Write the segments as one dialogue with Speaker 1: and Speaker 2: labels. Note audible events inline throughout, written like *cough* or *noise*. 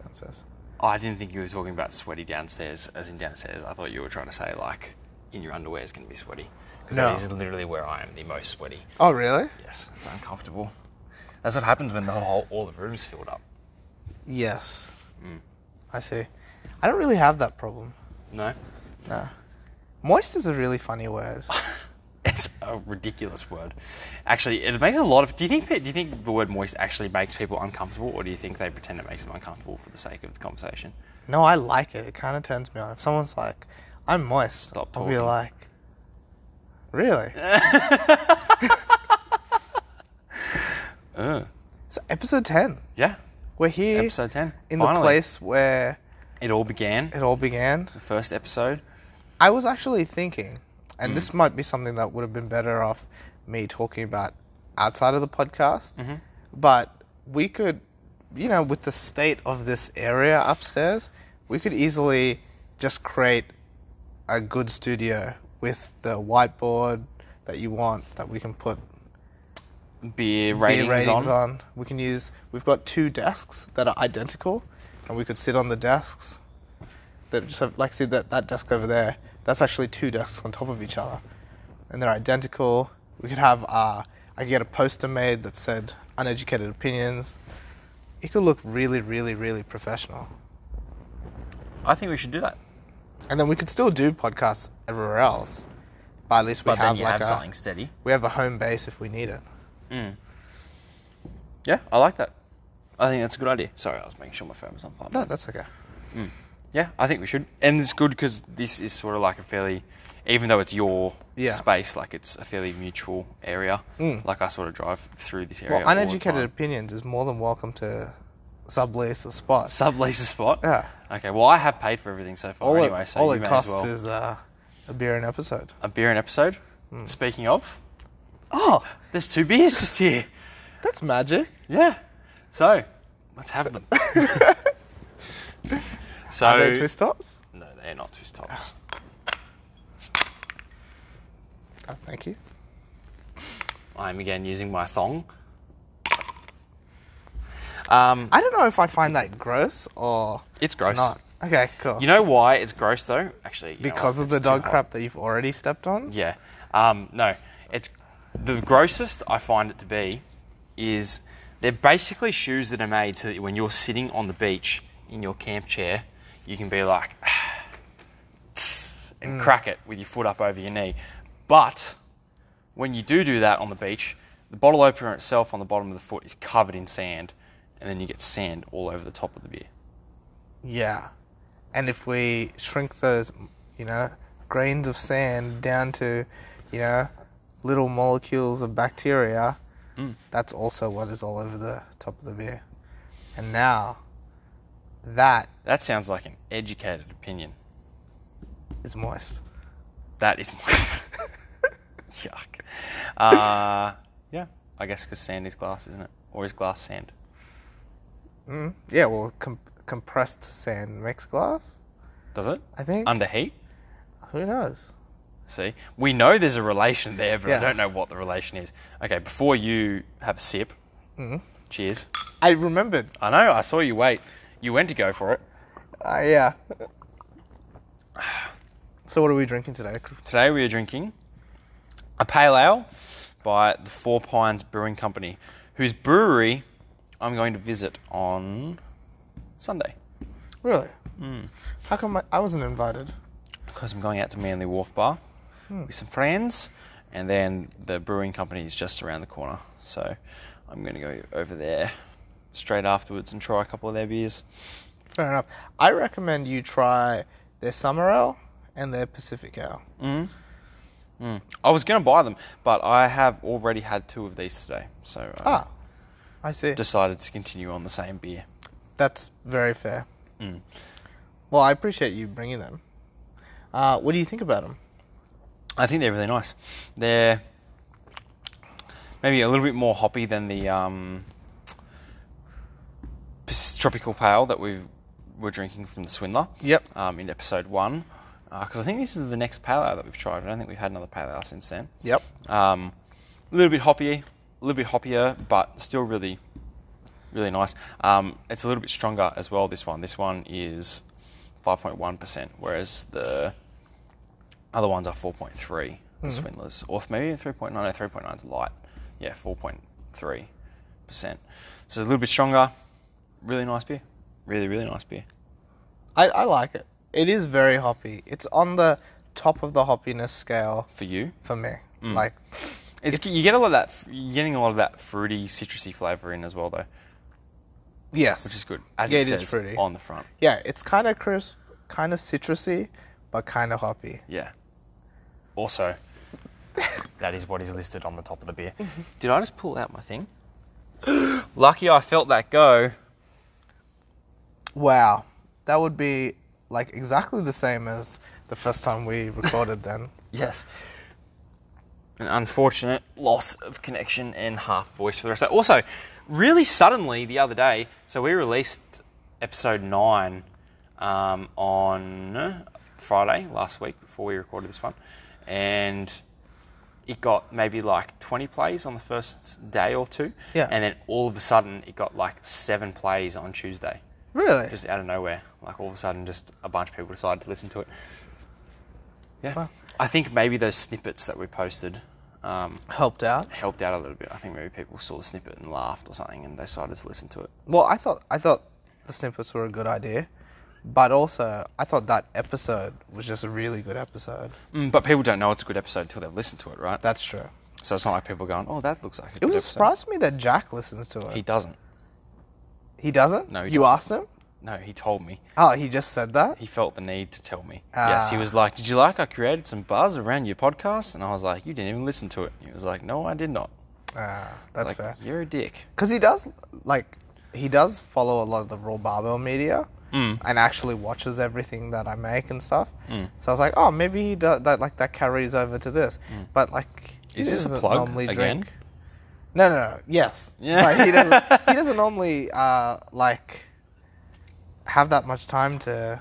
Speaker 1: downstairs.
Speaker 2: Oh, I didn't think you were talking about sweaty downstairs, as in downstairs. I thought you were trying to say like in your underwear is going to be sweaty because
Speaker 1: No.
Speaker 2: that is literally where I am the most sweaty.
Speaker 1: Oh, really?
Speaker 2: Yes, it's uncomfortable. That's what happens when the whole all the room's filled up.
Speaker 1: Yes.
Speaker 2: Mm.
Speaker 1: I see. I don't really have that problem.
Speaker 2: No, *laughs*
Speaker 1: No. Moist is a really funny word.
Speaker 2: it's a ridiculous word. Actually, it makes a lot of. Do you think pe- do you think the word moist actually makes people uncomfortable, or do you think they pretend it makes them uncomfortable for the sake of the conversation?
Speaker 1: No, I like it. It kind of turns me on. If someone's like, I'm moist,
Speaker 2: Stop
Speaker 1: I'll be
Speaker 2: talking. Eh.
Speaker 1: like, really?
Speaker 2: Uh,
Speaker 1: So, episode 10.
Speaker 2: yeah.
Speaker 1: We're here
Speaker 2: Episode ten.
Speaker 1: in the
Speaker 2: Finally.
Speaker 1: place where
Speaker 2: it all began.
Speaker 1: it all began.
Speaker 2: The first episode.
Speaker 1: I was actually thinking,
Speaker 2: Mm.
Speaker 1: and this might be something that would have been better off me talking about outside of the podcast,
Speaker 2: Mm-hmm.
Speaker 1: but we could, you know, with the state of this area upstairs, we could easily just create a good studio with the whiteboard that you want that we can put
Speaker 2: Beer
Speaker 1: beer
Speaker 2: ratings,
Speaker 1: ratings
Speaker 2: on.
Speaker 1: on. We can use, we've got two desks that are identical, and we could sit on the desks. That just have, like, see that, that desk over there, that's actually two desks on top of each other. And they're identical. We could have, uh, I could get a poster made that said uneducated opinions. It could look really, really, really professional.
Speaker 2: I think we should do that.
Speaker 1: And then we could still do podcasts everywhere else, but at least we
Speaker 2: But
Speaker 1: have
Speaker 2: then you
Speaker 1: like
Speaker 2: have
Speaker 1: a, Mm.
Speaker 2: something steady.
Speaker 1: we have a home base if we need it.
Speaker 2: Yeah, I like that. I think that's a good idea. Sorry, I was making sure my phone was on fire.
Speaker 1: No, that's okay.
Speaker 2: Yeah, I think we should. And it's good because this is sort of like a fairly, even though it's your
Speaker 1: Yeah.
Speaker 2: space, like it's a fairly mutual area.
Speaker 1: Mm.
Speaker 2: Like I sort of drive through this area.
Speaker 1: Well,
Speaker 2: all the
Speaker 1: uneducated
Speaker 2: time.
Speaker 1: opinions is more than welcome to sublease a spot.
Speaker 2: Sublease a spot?
Speaker 1: Yeah.
Speaker 2: Okay, well, I have paid for everything so far
Speaker 1: all it,
Speaker 2: anyway, so
Speaker 1: all
Speaker 2: you
Speaker 1: it
Speaker 2: may
Speaker 1: costs
Speaker 2: as well.
Speaker 1: is uh, a beer an episode.
Speaker 2: a beer an episode.
Speaker 1: Mm.
Speaker 2: Speaking of,
Speaker 1: Oh,
Speaker 2: there's two beers *laughs* just here.
Speaker 1: that's magic.
Speaker 2: Yeah. So, let's
Speaker 1: *laughs*
Speaker 2: have them. so,
Speaker 1: Are they twist tops?
Speaker 2: no, they're not twist tops.
Speaker 1: Oh, thank you.
Speaker 2: I'm again using my thong. Um,
Speaker 1: I don't know if I find that gross or
Speaker 2: it's gross.
Speaker 1: not. Okay, cool.
Speaker 2: You know why it's gross though? Actually, you know
Speaker 1: because
Speaker 2: what?
Speaker 1: of the
Speaker 2: It's too
Speaker 1: dog
Speaker 2: hot.
Speaker 1: crap that you've already stepped on.
Speaker 2: Yeah. Um, no, it's the grossest I find it to be is they're basically shoes that are made so that when you're sitting on the beach in your camp chair, you can be like "Ah, and crack it with your foot up over your knee. But when you do do that on the beach, the bottle opener itself on the bottom of the foot is covered in sand, and then you get sand all over the top of the beer.
Speaker 1: Yeah. And if we shrink those, you know, grains of sand down to, you know, little molecules of bacteria, that's also what is all over the top of the beer. And now, that
Speaker 2: That sounds like an educated opinion.
Speaker 1: is moist. *laughs*
Speaker 2: That is *laughs* yuck. Uh, *laughs* yeah, I guess because sand is glass, isn't it? Or is glass sand?
Speaker 1: Mm. Yeah, well, com- compressed sand makes glass.
Speaker 2: Does it
Speaker 1: I think.
Speaker 2: under heat?
Speaker 1: Who knows?
Speaker 2: See, we know there's a relation there, but
Speaker 1: Yeah.
Speaker 2: I don't know what the relation is. Okay, before you have a sip,
Speaker 1: Mm.
Speaker 2: cheers.
Speaker 1: I remembered.
Speaker 2: I know. I saw you wait. You went to go for it.
Speaker 1: Uh, yeah. *sighs* so, what are we drinking today?
Speaker 2: Today we are drinking a pale ale by the Four Pines Brewing Company, whose brewery I'm going to visit on Sunday
Speaker 1: Really?
Speaker 2: Mm.
Speaker 1: How come I, I wasn't invited?
Speaker 2: because I'm going out to Manly Wharf Bar with some friends, and then the brewing company is just around the corner. So I'm going to go over there straight afterwards and try a couple of their beers.
Speaker 1: Fair enough. I recommend you try their summer ale and their Pacific ale.
Speaker 2: Mm-hmm. Mm. I was going to buy them, but I have already had two of these today, so I
Speaker 1: Ah, I see.
Speaker 2: decided to continue on the same beer.
Speaker 1: That's very fair.
Speaker 2: Mm.
Speaker 1: Well, I appreciate you bringing them. Uh, what do you think about them?
Speaker 2: I think they're really nice. They're maybe a little bit more hoppy than the um, Pac- tropical pale that we were drinking from the Swindler.
Speaker 1: Yep.
Speaker 2: Um, in episode one, because I think this is the next pale ale that we've tried. I don't think we've had another pale ale since then.
Speaker 1: Yep.
Speaker 2: Um, a little bit hoppy, a little bit hoppier, but still really really nice. Um, it's a little bit stronger as well. This one, this one is 5.1%, whereas the other ones are 4.3. The
Speaker 1: Mm-hmm.
Speaker 2: Swindlers, or maybe 3.9 or 3.9 is light. Yeah, 4.3 percent. So it's a little bit stronger. Really nice beer. Really, really nice beer.
Speaker 1: I, I like it. It is very hoppy. It's on the top of the hoppiness scale
Speaker 2: For you,
Speaker 1: for me.
Speaker 2: Mm.
Speaker 1: Like,
Speaker 2: It's, you get a lot of that. f- You're getting a lot of that fruity, citrusy flavour in as well, though,
Speaker 1: yes.
Speaker 2: which is good. As
Speaker 1: Yeah, it
Speaker 2: it,
Speaker 1: is
Speaker 2: says
Speaker 1: fruity.
Speaker 2: on the front.
Speaker 1: Yeah, it's kind of crisp, kind of citrusy, but kind of hoppy.
Speaker 2: Yeah. Also,
Speaker 3: That is what is listed on the top of the beer.
Speaker 2: did I just pull out my thing? *gasps* Lucky I felt that go.
Speaker 1: Wow. That would be like exactly the same as the first time we recorded
Speaker 2: *laughs*
Speaker 1: then.
Speaker 2: Yes. An unfortunate loss of connection and half voice for the rest of Also, really suddenly the other day, so we released episode 9 um, on Friday last week before we recorded this one. And it got maybe like 20 plays on the first day or two.
Speaker 1: Yeah.
Speaker 2: And then all of a sudden it got like seven plays on Tuesday,
Speaker 1: Really?
Speaker 2: just out of nowhere. Like all of a sudden, just a bunch of people decided to listen to it. Yeah.
Speaker 1: Wow.
Speaker 2: I think maybe those snippets that we posted um,
Speaker 1: Helped out.
Speaker 2: helped out a little bit. I think maybe people saw the snippet and laughed or something and they decided to listen to it.
Speaker 1: Well, I thought I thought the snippets were a good idea, but also I thought that episode was just a really good episode.
Speaker 2: Mm, but people don't know it's a good episode until they've listened to it, right?
Speaker 1: That's true.
Speaker 2: so it's not like people going, oh, that looks like a
Speaker 1: It
Speaker 2: good
Speaker 1: was a
Speaker 2: episode."
Speaker 1: surprise to me that Jack listens to it.
Speaker 2: He
Speaker 1: He,
Speaker 2: doesn't.
Speaker 1: doesn't.
Speaker 2: No, he
Speaker 1: you
Speaker 2: doesn't.
Speaker 1: asked him.
Speaker 2: No, he told me.
Speaker 1: Oh, he just said that.
Speaker 2: He felt the need to tell me. yes, he
Speaker 1: Ah.
Speaker 2: was like, Did you like I created some buzz around your podcast? And I was like, You didn't even listen to it. And he was like, No, I did not.
Speaker 1: Ah, that's
Speaker 2: like,
Speaker 1: fair.
Speaker 2: You're a dick.
Speaker 1: Because he does like he does follow a lot of the raw barbell media
Speaker 2: Mm.
Speaker 1: and actually watches everything that I make and stuff. So I was like, oh, maybe he does that. Like that carries over to this. But like, he
Speaker 2: Mm. Is this a
Speaker 1: doesn't
Speaker 2: plug
Speaker 1: normally
Speaker 2: again?
Speaker 1: drink. No, no, no. Yes.
Speaker 2: Yeah.
Speaker 1: Like, he
Speaker 2: *laughs*
Speaker 1: doesn't. He doesn't normally uh, like have that much time to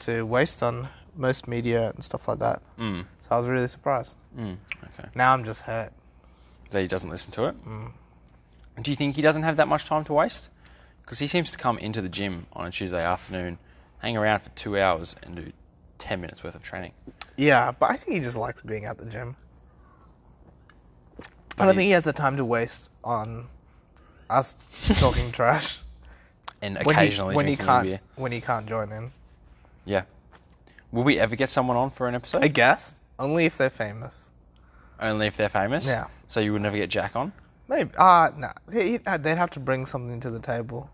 Speaker 1: to waste on most media and stuff like that.
Speaker 2: Mm.
Speaker 1: So I was really surprised.
Speaker 2: Mm. Okay.
Speaker 1: Now I'm just hurt.
Speaker 2: that he doesn't listen to it.
Speaker 1: Mm.
Speaker 2: Do you think he doesn't have that much time to waste? Because he seems to come into the gym on a Tuesday afternoon, hang around for two hours, and do 10 minutes worth of training.
Speaker 1: Yeah, but I think he just likes being at the gym. I
Speaker 2: But
Speaker 1: don't
Speaker 2: he-
Speaker 1: think he has the time to waste on
Speaker 2: *laughs*
Speaker 1: us talking trash
Speaker 2: And
Speaker 1: when he-
Speaker 2: occasionally
Speaker 1: when he,
Speaker 2: drinking a
Speaker 1: can't
Speaker 2: beer.
Speaker 1: when he can't join in.
Speaker 2: Yeah. Will we ever get someone on for an episode?
Speaker 1: I guess only if they're famous.
Speaker 2: Only if they're famous?
Speaker 1: Yeah.
Speaker 2: So you would never get Jack on?
Speaker 1: Maybe ah no, He- he- they'd have to bring something to the table.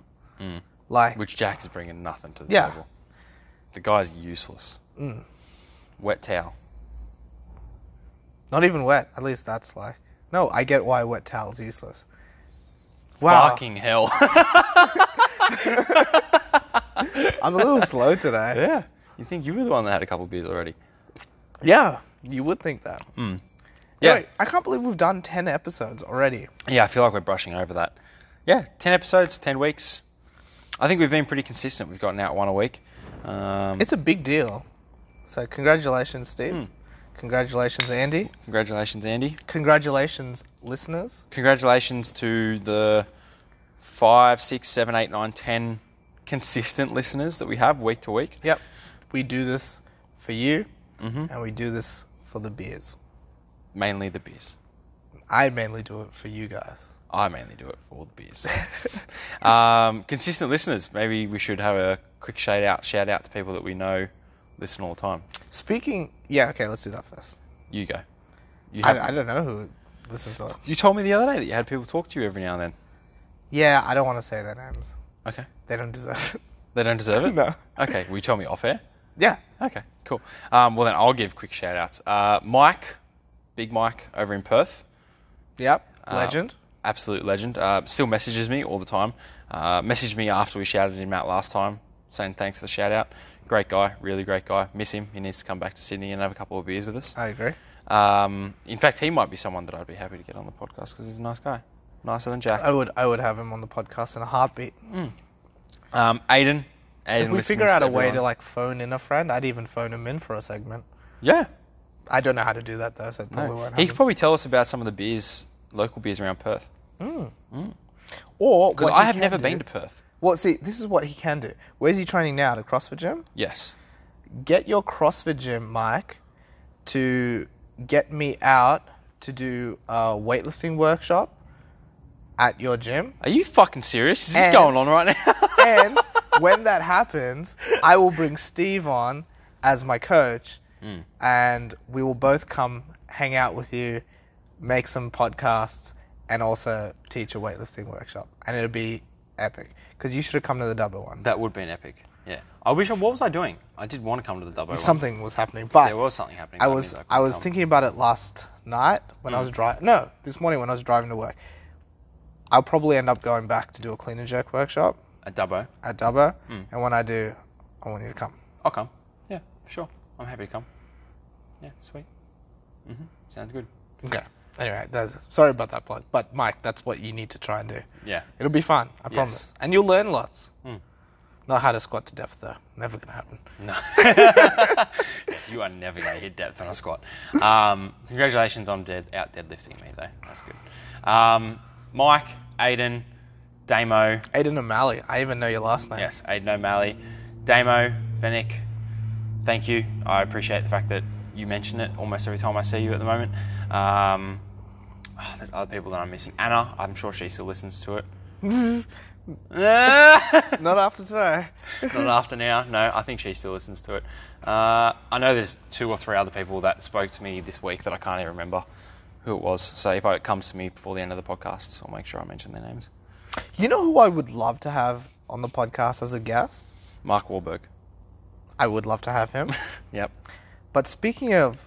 Speaker 1: Like
Speaker 2: Mm. Which Jack is bringing nothing to the
Speaker 1: Yeah. Mm.
Speaker 2: table. The guy's useless. Wet towel.
Speaker 1: not even wet. At least that's like no. I get why wet towel's useless. Wow,
Speaker 2: Fucking hell. *laughs*
Speaker 1: I'm a little
Speaker 2: *laughs*
Speaker 1: slow today.
Speaker 2: yeah. You think you were the one that had a couple beers already?
Speaker 1: Yeah, you would think that.
Speaker 2: Mm. Yeah.
Speaker 1: Anyway, I can't believe we've done ten episodes already.
Speaker 2: Yeah, I feel like we're brushing over that. Yeah, 10 episodes, 10 weeks. I think we've been pretty consistent. We've gotten out one a week. Um,
Speaker 1: It's a big deal. So congratulations, Steve. Congratulations, Andy.
Speaker 2: congratulations, Andy.
Speaker 1: Congratulations, listeners.
Speaker 2: Congratulations to the five, six, seven, eight, nine, ten consistent *laughs* listeners that we have week to week.
Speaker 1: Yep. Mm-hmm. We do this for you, and we do this for the beers.
Speaker 2: Mainly the beers.
Speaker 1: I mainly do it for you guys.
Speaker 2: I mainly do it for all the
Speaker 1: *laughs*
Speaker 2: beers. um, consistent listeners. Maybe we should have a quick shout out, shout out to people that we know listen all the time.
Speaker 1: Speaking, yeah, okay, let's do that first.
Speaker 2: You go. You, have,
Speaker 1: I, I don't know who listens to it.
Speaker 2: you told me the other day that you had people talk to you every now and then.
Speaker 1: Yeah, I don't want to say their names.
Speaker 2: Okay.
Speaker 1: They don't deserve it.
Speaker 2: They don't deserve
Speaker 1: *laughs*
Speaker 2: it?
Speaker 1: No.
Speaker 2: Okay, will you tell me off air?
Speaker 1: Yeah.
Speaker 2: Okay, cool. Um, well, then I'll give quick shout outs. Uh, Mike, Big Mike over in Perth.
Speaker 1: Yep.
Speaker 2: uh,
Speaker 1: Legend.
Speaker 2: absolute legend. Uh, still messages me all the time. Uh, messaged me after we shouted him out last time, saying thanks for the shout out. Great guy, really great guy. Miss him. He needs to come back to Sydney and have a couple of beers with us.
Speaker 1: I agree.
Speaker 2: Um, in fact, he might be someone that I'd be happy to get on the podcast because he's a nice guy. Nicer than Jack.
Speaker 1: I would. I would have him on the podcast in a heartbeat.
Speaker 2: Um, Aiden. Aiden
Speaker 1: If we
Speaker 2: listens
Speaker 1: figure out
Speaker 2: to
Speaker 1: a way
Speaker 2: everyone.
Speaker 1: to like phone in a friend, I'd even phone him in for a segment.
Speaker 2: Yeah.
Speaker 1: I don't know how to do that though, so it probably
Speaker 2: No.
Speaker 1: won't
Speaker 2: He
Speaker 1: happen.
Speaker 2: could probably tell us about some of the beers, local beers around Perth.
Speaker 1: Or
Speaker 2: Because
Speaker 1: what he
Speaker 2: I have
Speaker 1: can
Speaker 2: never
Speaker 1: do-
Speaker 2: been to Perth.
Speaker 1: Well, see, this is what he can do. Where's he training now? At a CrossFit gym?
Speaker 2: Yes.
Speaker 1: Get your CrossFit gym, Mike, to get me out to do a weightlifting workshop at your gym.
Speaker 2: Are you fucking serious? Is this
Speaker 1: And-
Speaker 2: going on right now? *laughs*
Speaker 1: and when that happens, I will bring Steve on as my coach, and we will both come hang out with you, make some podcasts, and also teach a weightlifting workshop. And it'll be epic because you should have come to the double one.
Speaker 2: that would be an epic. Yeah. I wish. I, what was I doing? I did want to come to the double.
Speaker 1: Something was happening, but
Speaker 2: There was something happening.
Speaker 1: I
Speaker 2: That
Speaker 1: was
Speaker 2: means
Speaker 1: I
Speaker 2: couldn't
Speaker 1: was
Speaker 2: come.
Speaker 1: thinking about it last night when I was driving. No, this morning when I was driving to work. I'll probably end up going back to do a clean and jerk workshop
Speaker 2: a double.
Speaker 1: at Dubbo, and when I do, I want you to come.
Speaker 2: I'll come. Yeah, sure. I'm happy to come. Yeah, sweet. hmm Sounds good.
Speaker 1: Okay. Anyway, that's, sorry about that plug, but Mike, that's what you need to try and do.
Speaker 2: Yeah. *laughs*
Speaker 1: It'll be fun, I promise, and you'll learn lots.
Speaker 2: Hmm.
Speaker 1: Not how to squat to depth, though. Never gonna happen.
Speaker 2: No. you are never going to hit depth on a squat. Um, congratulations on dead, out deadlifting me, though. That's good. Um, Mike, Aiden, Damo.
Speaker 1: Aiden O'Malley. I even know your last name.
Speaker 2: Yes, Aiden O'Malley. Damo, Venick, thank you. I appreciate the fact that you mention it almost every time I see you at the moment. Um, oh, there's other people that I'm missing. Anna, I'm sure she still listens to it. *laughs* Not
Speaker 1: Not after today.
Speaker 2: after now. No, I think she still listens to it. Uh, I know there's two or three other people that spoke to me this week that I can't even remember who it was. So if it comes to me before the end of the podcast, I'll make sure I mention their names.
Speaker 1: You know who I would love to have on the podcast as a guest?
Speaker 2: Mark Wahlberg.
Speaker 1: I would love to have
Speaker 2: *laughs*
Speaker 1: him.
Speaker 2: Yep.
Speaker 1: but speaking of,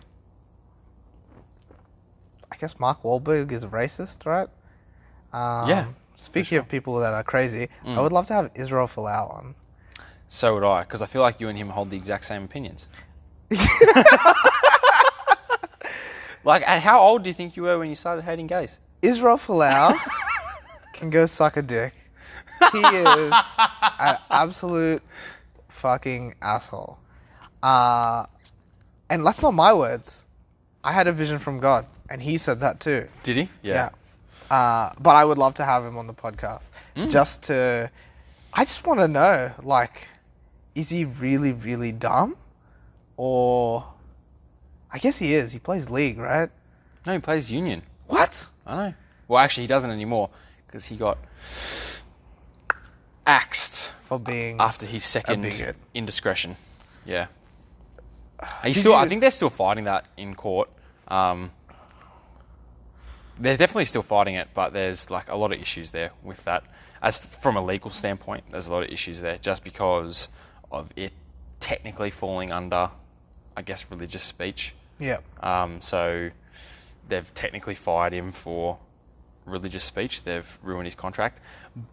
Speaker 1: I guess Mark Wahlberg is a racist, right? Um,
Speaker 2: Yeah, for Hmm.
Speaker 1: Speaking of people that are crazy, I would love to have Israel Folau on.
Speaker 2: So would I, because I feel like you and him hold the exact same opinions. like, at how old do you think you were when you started hating gays?
Speaker 1: Israel Folau can go suck a dick. He is an absolute fucking asshole. Uh, and that's not my words. I had a vision from God, and he said that too.
Speaker 2: Did he?
Speaker 1: Yeah. Uh, but I would love to have him on the podcast just to. I just want to know, like, is he really, really dumb? Or. I guess he is. He plays league, right?
Speaker 2: No, he plays union.
Speaker 1: What?
Speaker 2: I know. Well, actually, he doesn't anymore because he got axed
Speaker 1: For being.
Speaker 2: after his second
Speaker 1: bigot. Ah,
Speaker 2: indiscretion. Yeah. He
Speaker 1: Did
Speaker 2: still. I
Speaker 1: you-
Speaker 2: think they're still fighting that in court. Um, there's definitely still fighting it, but there's like a lot of issues there with that. As f- from a legal standpoint, there's a lot of issues there just because of it technically falling under, I guess, religious speech.
Speaker 1: Yeah.
Speaker 2: Um, so they've technically fired him for religious speech. They've ruined his contract,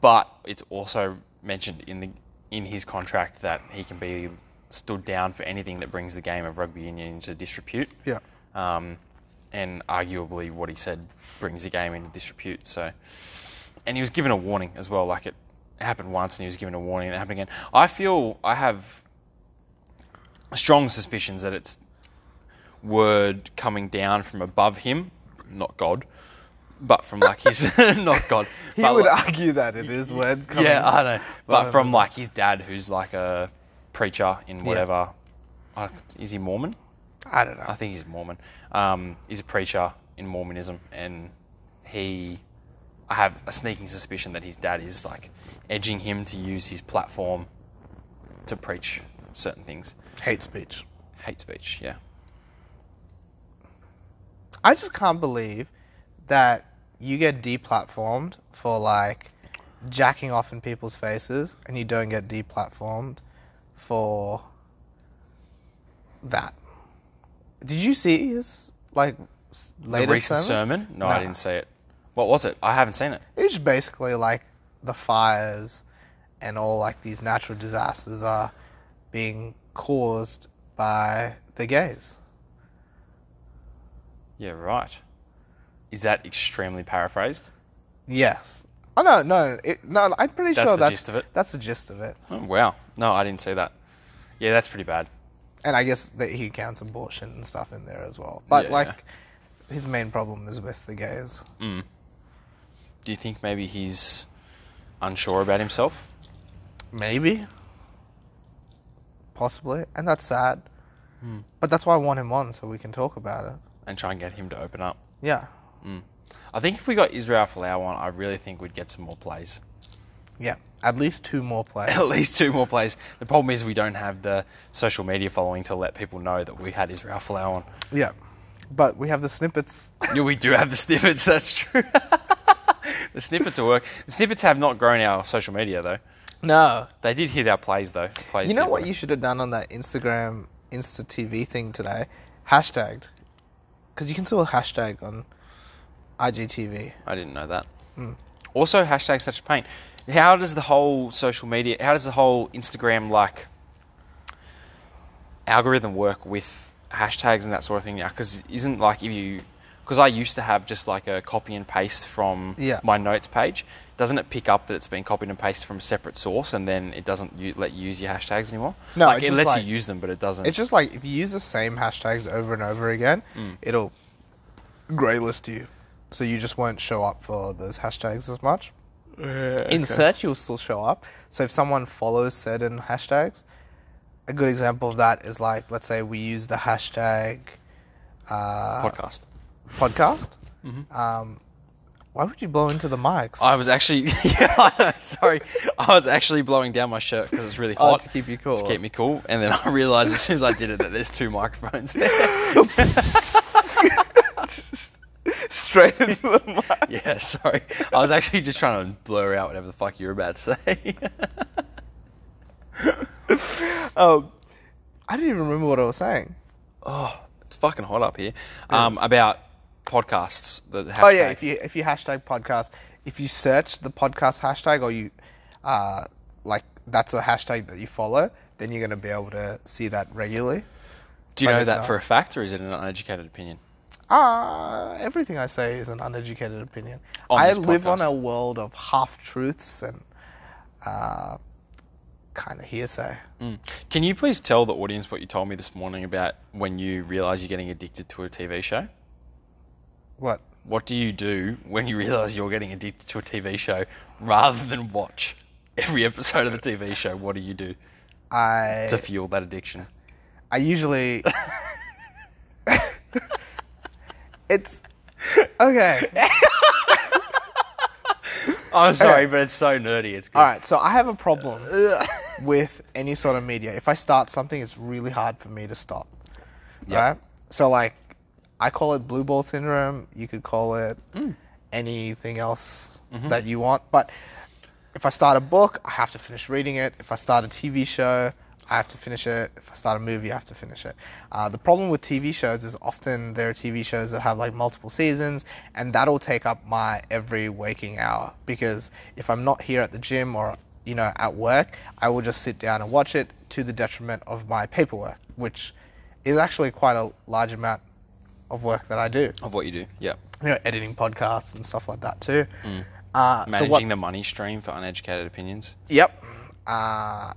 Speaker 2: but it's also mentioned in the in his contract that he can be stood down for anything that brings the game of rugby union into disrepute.
Speaker 1: Yeah.
Speaker 2: Um, and arguably, what he said brings the game into disrepute. So, and he was given a warning as well. Like it happened once, and he was given a warning, and it happened again. I feel I have strong suspicions that it's word coming down from above him, not God, but from like his *laughs* not God.
Speaker 1: He
Speaker 2: but
Speaker 1: would
Speaker 2: like-
Speaker 1: argue that it is word coming.
Speaker 2: *laughs* yeah, I know. But
Speaker 1: But-
Speaker 2: from like his dad, who's like a preacher in whatever. I- is he Mormon?
Speaker 1: I don't know.
Speaker 2: I think he's Mormon. Um, he's a preacher in Mormonism, and he, I have a sneaking suspicion that his dad is like edging him to use his platform to preach certain things.
Speaker 1: Hate speech.
Speaker 2: Hate speech, yeah.
Speaker 1: I just can't believe that you get deplatformed for like jacking off in people's faces and you don't get deplatformed for that. Did you see his like s- latest
Speaker 2: the recent
Speaker 1: sermon?
Speaker 2: sermon? No,
Speaker 1: Nah.
Speaker 2: I didn't see it. What was it? I haven't seen it.
Speaker 1: It's basically like the fires and all like these natural disasters are being caused by the gays.
Speaker 2: Yeah, right. Is that extremely paraphrased?
Speaker 1: Yes. Oh no, no, it, no. I'm pretty
Speaker 2: That's
Speaker 1: sure
Speaker 2: the
Speaker 1: that's
Speaker 2: gist of it?
Speaker 1: That's the gist of it.
Speaker 2: Oh, wow. No, I didn't see that. Yeah, that's pretty bad.
Speaker 1: And I guess that he counts abortion and stuff in there as well. But
Speaker 2: Yeah.
Speaker 1: like, his main problem is with the gays.
Speaker 2: Do you think maybe he's unsure about himself?
Speaker 1: Maybe. Possibly. And that's sad.
Speaker 2: Hmm.
Speaker 1: But that's why I want him on so we can talk about it.
Speaker 2: and try and get him to open up.
Speaker 1: Yeah.
Speaker 2: I think if we got Israel Folau on, I really think we'd get some more plays. *laughs*
Speaker 1: Yeah. At least two more players.
Speaker 2: At least two more plays. The problem is we don't have the social media following to let people know that we had Israel Folau on.
Speaker 1: yeah. But we have the snippets.
Speaker 2: yeah, we do have the snippets, *laughs* that's true. the snippets will work. The snippets have not grown our social media, though.
Speaker 1: No.
Speaker 2: They did hit our plays, though. Plays
Speaker 1: You know
Speaker 2: did
Speaker 1: what
Speaker 2: work.
Speaker 1: you should have done on that Instagram Insta TV thing today? Hashtagged. Because you can still hashtag on IGTV.
Speaker 2: I didn't know that.
Speaker 1: Hmm.
Speaker 2: Also, hashtag such pain. How does the whole social media, how does the whole Instagram like algorithm work with hashtags and that sort of thing now? Because isn't like if you, because I used to have just like a copy and paste from
Speaker 1: Yeah.
Speaker 2: my notes page. Doesn't it pick up that it's been copied and pasted from a separate source, and then it doesn't u- let you use your hashtags anymore?
Speaker 1: No,
Speaker 2: like,
Speaker 1: it
Speaker 2: it
Speaker 1: just,
Speaker 2: lets
Speaker 1: like-
Speaker 2: you use them, but it doesn't.
Speaker 1: It's just like if you use the same hashtags over and over again, it'll greylist you. So you just won't show up for those hashtags as much. uh, In search, you'll still show up. So if someone follows certain hashtags, a good example of that is like, let's say we use the hashtag uh,
Speaker 2: podcast.
Speaker 1: podcast. Um, why would you blow into the mics?
Speaker 2: I was actually, *laughs* yeah, I know, sorry, I was actually blowing down my shirt because it's really
Speaker 1: Oh,
Speaker 2: hot
Speaker 1: to keep you
Speaker 2: To
Speaker 1: cool.
Speaker 2: keep me cool, and then *laughs* I realised as soon as I did it that there's two microphones there.
Speaker 1: *laughs*
Speaker 2: *laughs*
Speaker 1: Straight into the mic.
Speaker 2: yeah, sorry, I was actually just trying to blur out whatever the fuck you were about to say. *laughs*
Speaker 1: Um, I didn't even remember what I was saying.
Speaker 2: oh, it's fucking hot up here. Um, about podcasts. The
Speaker 1: Oh yeah,
Speaker 2: hashtag.
Speaker 1: if you if you hashtag podcast, if you search the podcast hashtag or you, uh, like that's a hashtag that you follow, then you're gonna be able to see that regularly.
Speaker 2: do you
Speaker 1: like
Speaker 2: know
Speaker 1: it's
Speaker 2: that
Speaker 1: not-
Speaker 2: for a fact, or is it an uneducated opinion?
Speaker 1: Ah, everything I say is an uneducated opinion.
Speaker 2: On
Speaker 1: I
Speaker 2: this
Speaker 1: live on
Speaker 2: podcast.
Speaker 1: a world of half truths and, uh, kind of hearsay.
Speaker 2: Mm. Can you please tell the audience what you told me this morning about when you realise you're getting addicted to a TV show?
Speaker 1: What?
Speaker 2: What do you do when you realize you're getting addicted to a TV show rather than watch every episode of the TV show? What do you do
Speaker 1: I
Speaker 2: to fuel that addiction?
Speaker 1: I usually.
Speaker 2: *laughs*
Speaker 1: it's okay.
Speaker 2: I'm Oh, sorry,
Speaker 1: Okay.
Speaker 2: but it's so nerdy. It's good.
Speaker 1: All right, so I have a problem
Speaker 2: *laughs*
Speaker 1: with any sort of media. If I start something, it's really hard for me to stop. Right? So, like, I call it blue ball syndrome. You could call it anything else that you want. But if I start a book, I have to finish reading it. If I start a TV show, I have to finish it. If I start a movie, I have to finish it. Uh, the problem with TV shows is often there are TV shows that have like multiple seasons, and that'll take up my every waking hour because if I'm not here at the gym or you know at work, I will just sit down and watch it to the detriment of my paperwork, which is actually quite a large amount of work that I do.
Speaker 2: Of what you do. Yeah.
Speaker 1: You know, editing podcasts and stuff like that too. Uh, so
Speaker 2: Mm. Managing
Speaker 1: what-
Speaker 2: the money stream for uneducated opinions.
Speaker 1: Yep. Uh,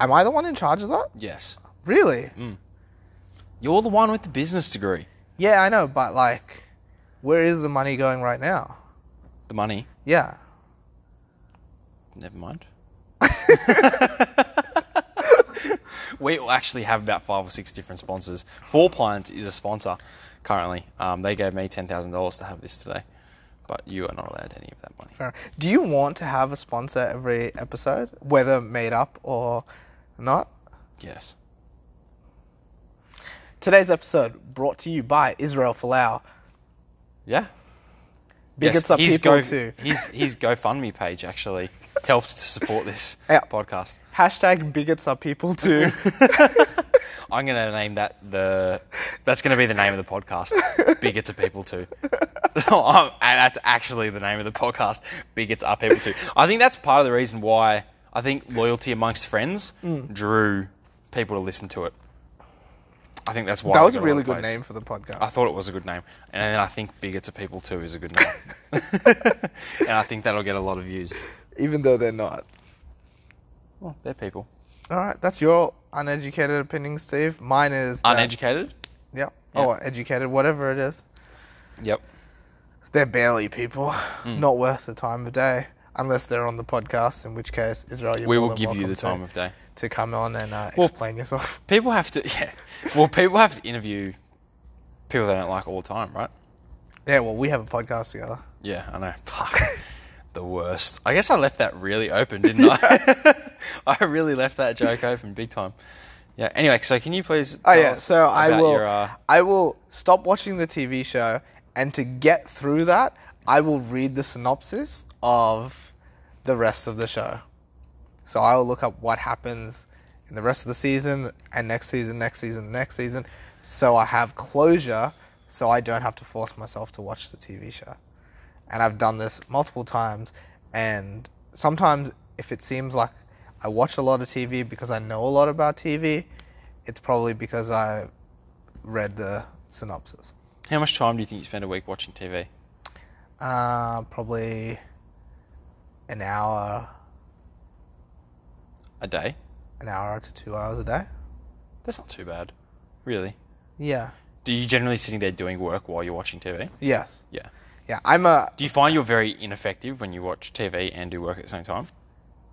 Speaker 1: am I the one in charge of that?
Speaker 2: Yes.
Speaker 1: Really?
Speaker 2: Mm. You're the one with the business degree.
Speaker 1: Yeah, I know, but like, where is the money going right now?
Speaker 2: The money.
Speaker 1: Yeah.
Speaker 2: Never mind. *laughs* we will actually have about five or six different sponsors. Four Pines is a sponsor currently. Um, they gave me $10,000 to have this today, but you are not allowed any of that money.
Speaker 1: Fair. Do you want to have a sponsor every episode, whether made up or not?
Speaker 2: Yes.
Speaker 1: Today's episode brought to you by Israel Folau.
Speaker 2: Yeah.
Speaker 1: Bigots
Speaker 2: yes.
Speaker 1: up
Speaker 2: his
Speaker 1: people
Speaker 2: Go-
Speaker 1: too.
Speaker 2: His,
Speaker 1: *laughs*
Speaker 2: his GoFundMe page actually helps to support this
Speaker 1: Yeah.
Speaker 2: podcast.
Speaker 1: Hashtag bigots are people too.
Speaker 2: I'm going to name that the. That's going to be the name of the podcast. Bigots are people too. *laughs* Um, and that's actually the name of the podcast. Bigots are people too. I think that's part of the reason why I think loyalty amongst friends
Speaker 1: Hmm.
Speaker 2: drew people to listen to it. I think that's *laughs* why.
Speaker 1: that
Speaker 2: we
Speaker 1: was a
Speaker 2: got lot
Speaker 1: really
Speaker 2: of
Speaker 1: good
Speaker 2: plays.
Speaker 1: name for the podcast.
Speaker 2: I thought it was a good name, and then I think bigots are people too is a good name,
Speaker 1: *laughs*
Speaker 2: and I think that'll get a lot of views.
Speaker 1: Even though they're not.
Speaker 2: Well, they're people.
Speaker 1: All right, that's your uneducated opinion, Steve. Mine is that-
Speaker 2: Uneducated.
Speaker 1: Yep.
Speaker 2: Yeah.
Speaker 1: Or educated, whatever it is.
Speaker 2: Yep. Mm.
Speaker 1: They're barely people. Not worth the time of day. unless they're on the podcast, in which case, Israel, you're
Speaker 2: We
Speaker 1: more
Speaker 2: will
Speaker 1: than
Speaker 2: give you
Speaker 1: welcome
Speaker 2: the
Speaker 1: to-
Speaker 2: time of day.
Speaker 1: to come on and uh,
Speaker 2: Well-
Speaker 1: explain yourself. *laughs*
Speaker 2: People have to, *laughs* yeah. Well, people have to interview people they don't like all the time, right?
Speaker 1: Yeah, well, we have a podcast together.
Speaker 2: Yeah, I know.
Speaker 1: *laughs*
Speaker 2: Fuck. the worst. I guess I left that really open, didn't I? *laughs* I really left that joke open big time. Yeah. Anyway, so can you please?
Speaker 1: Oh
Speaker 2: tell
Speaker 1: yeah,
Speaker 2: us
Speaker 1: so I
Speaker 2: about
Speaker 1: will.
Speaker 2: your, uh,
Speaker 1: I will stop watching the TV show, and to get through that, I will read the synopsis of the rest of the show. So I will look up what happens in the rest of the season and next season, next season, next season, so I have closure, so I don't have to force myself to watch the TV show. And I've done this multiple times, and sometimes if it seems like I watch a lot of TV because I know a lot about TV, it's probably because I read the synopsis.
Speaker 2: how much time do you think you spend a week watching TV?
Speaker 1: Uh, probably an hour,
Speaker 2: A day?
Speaker 1: an hour to two hours a day.
Speaker 2: That's not too bad, really.
Speaker 1: Yeah.
Speaker 2: Do you generally sitting there doing work while you're watching TV?
Speaker 1: Yes.
Speaker 2: Yeah.
Speaker 1: Yeah. I'm a
Speaker 2: Do you find you're very ineffective when you watch TV and do work at the same
Speaker 1: *laughs*
Speaker 2: time?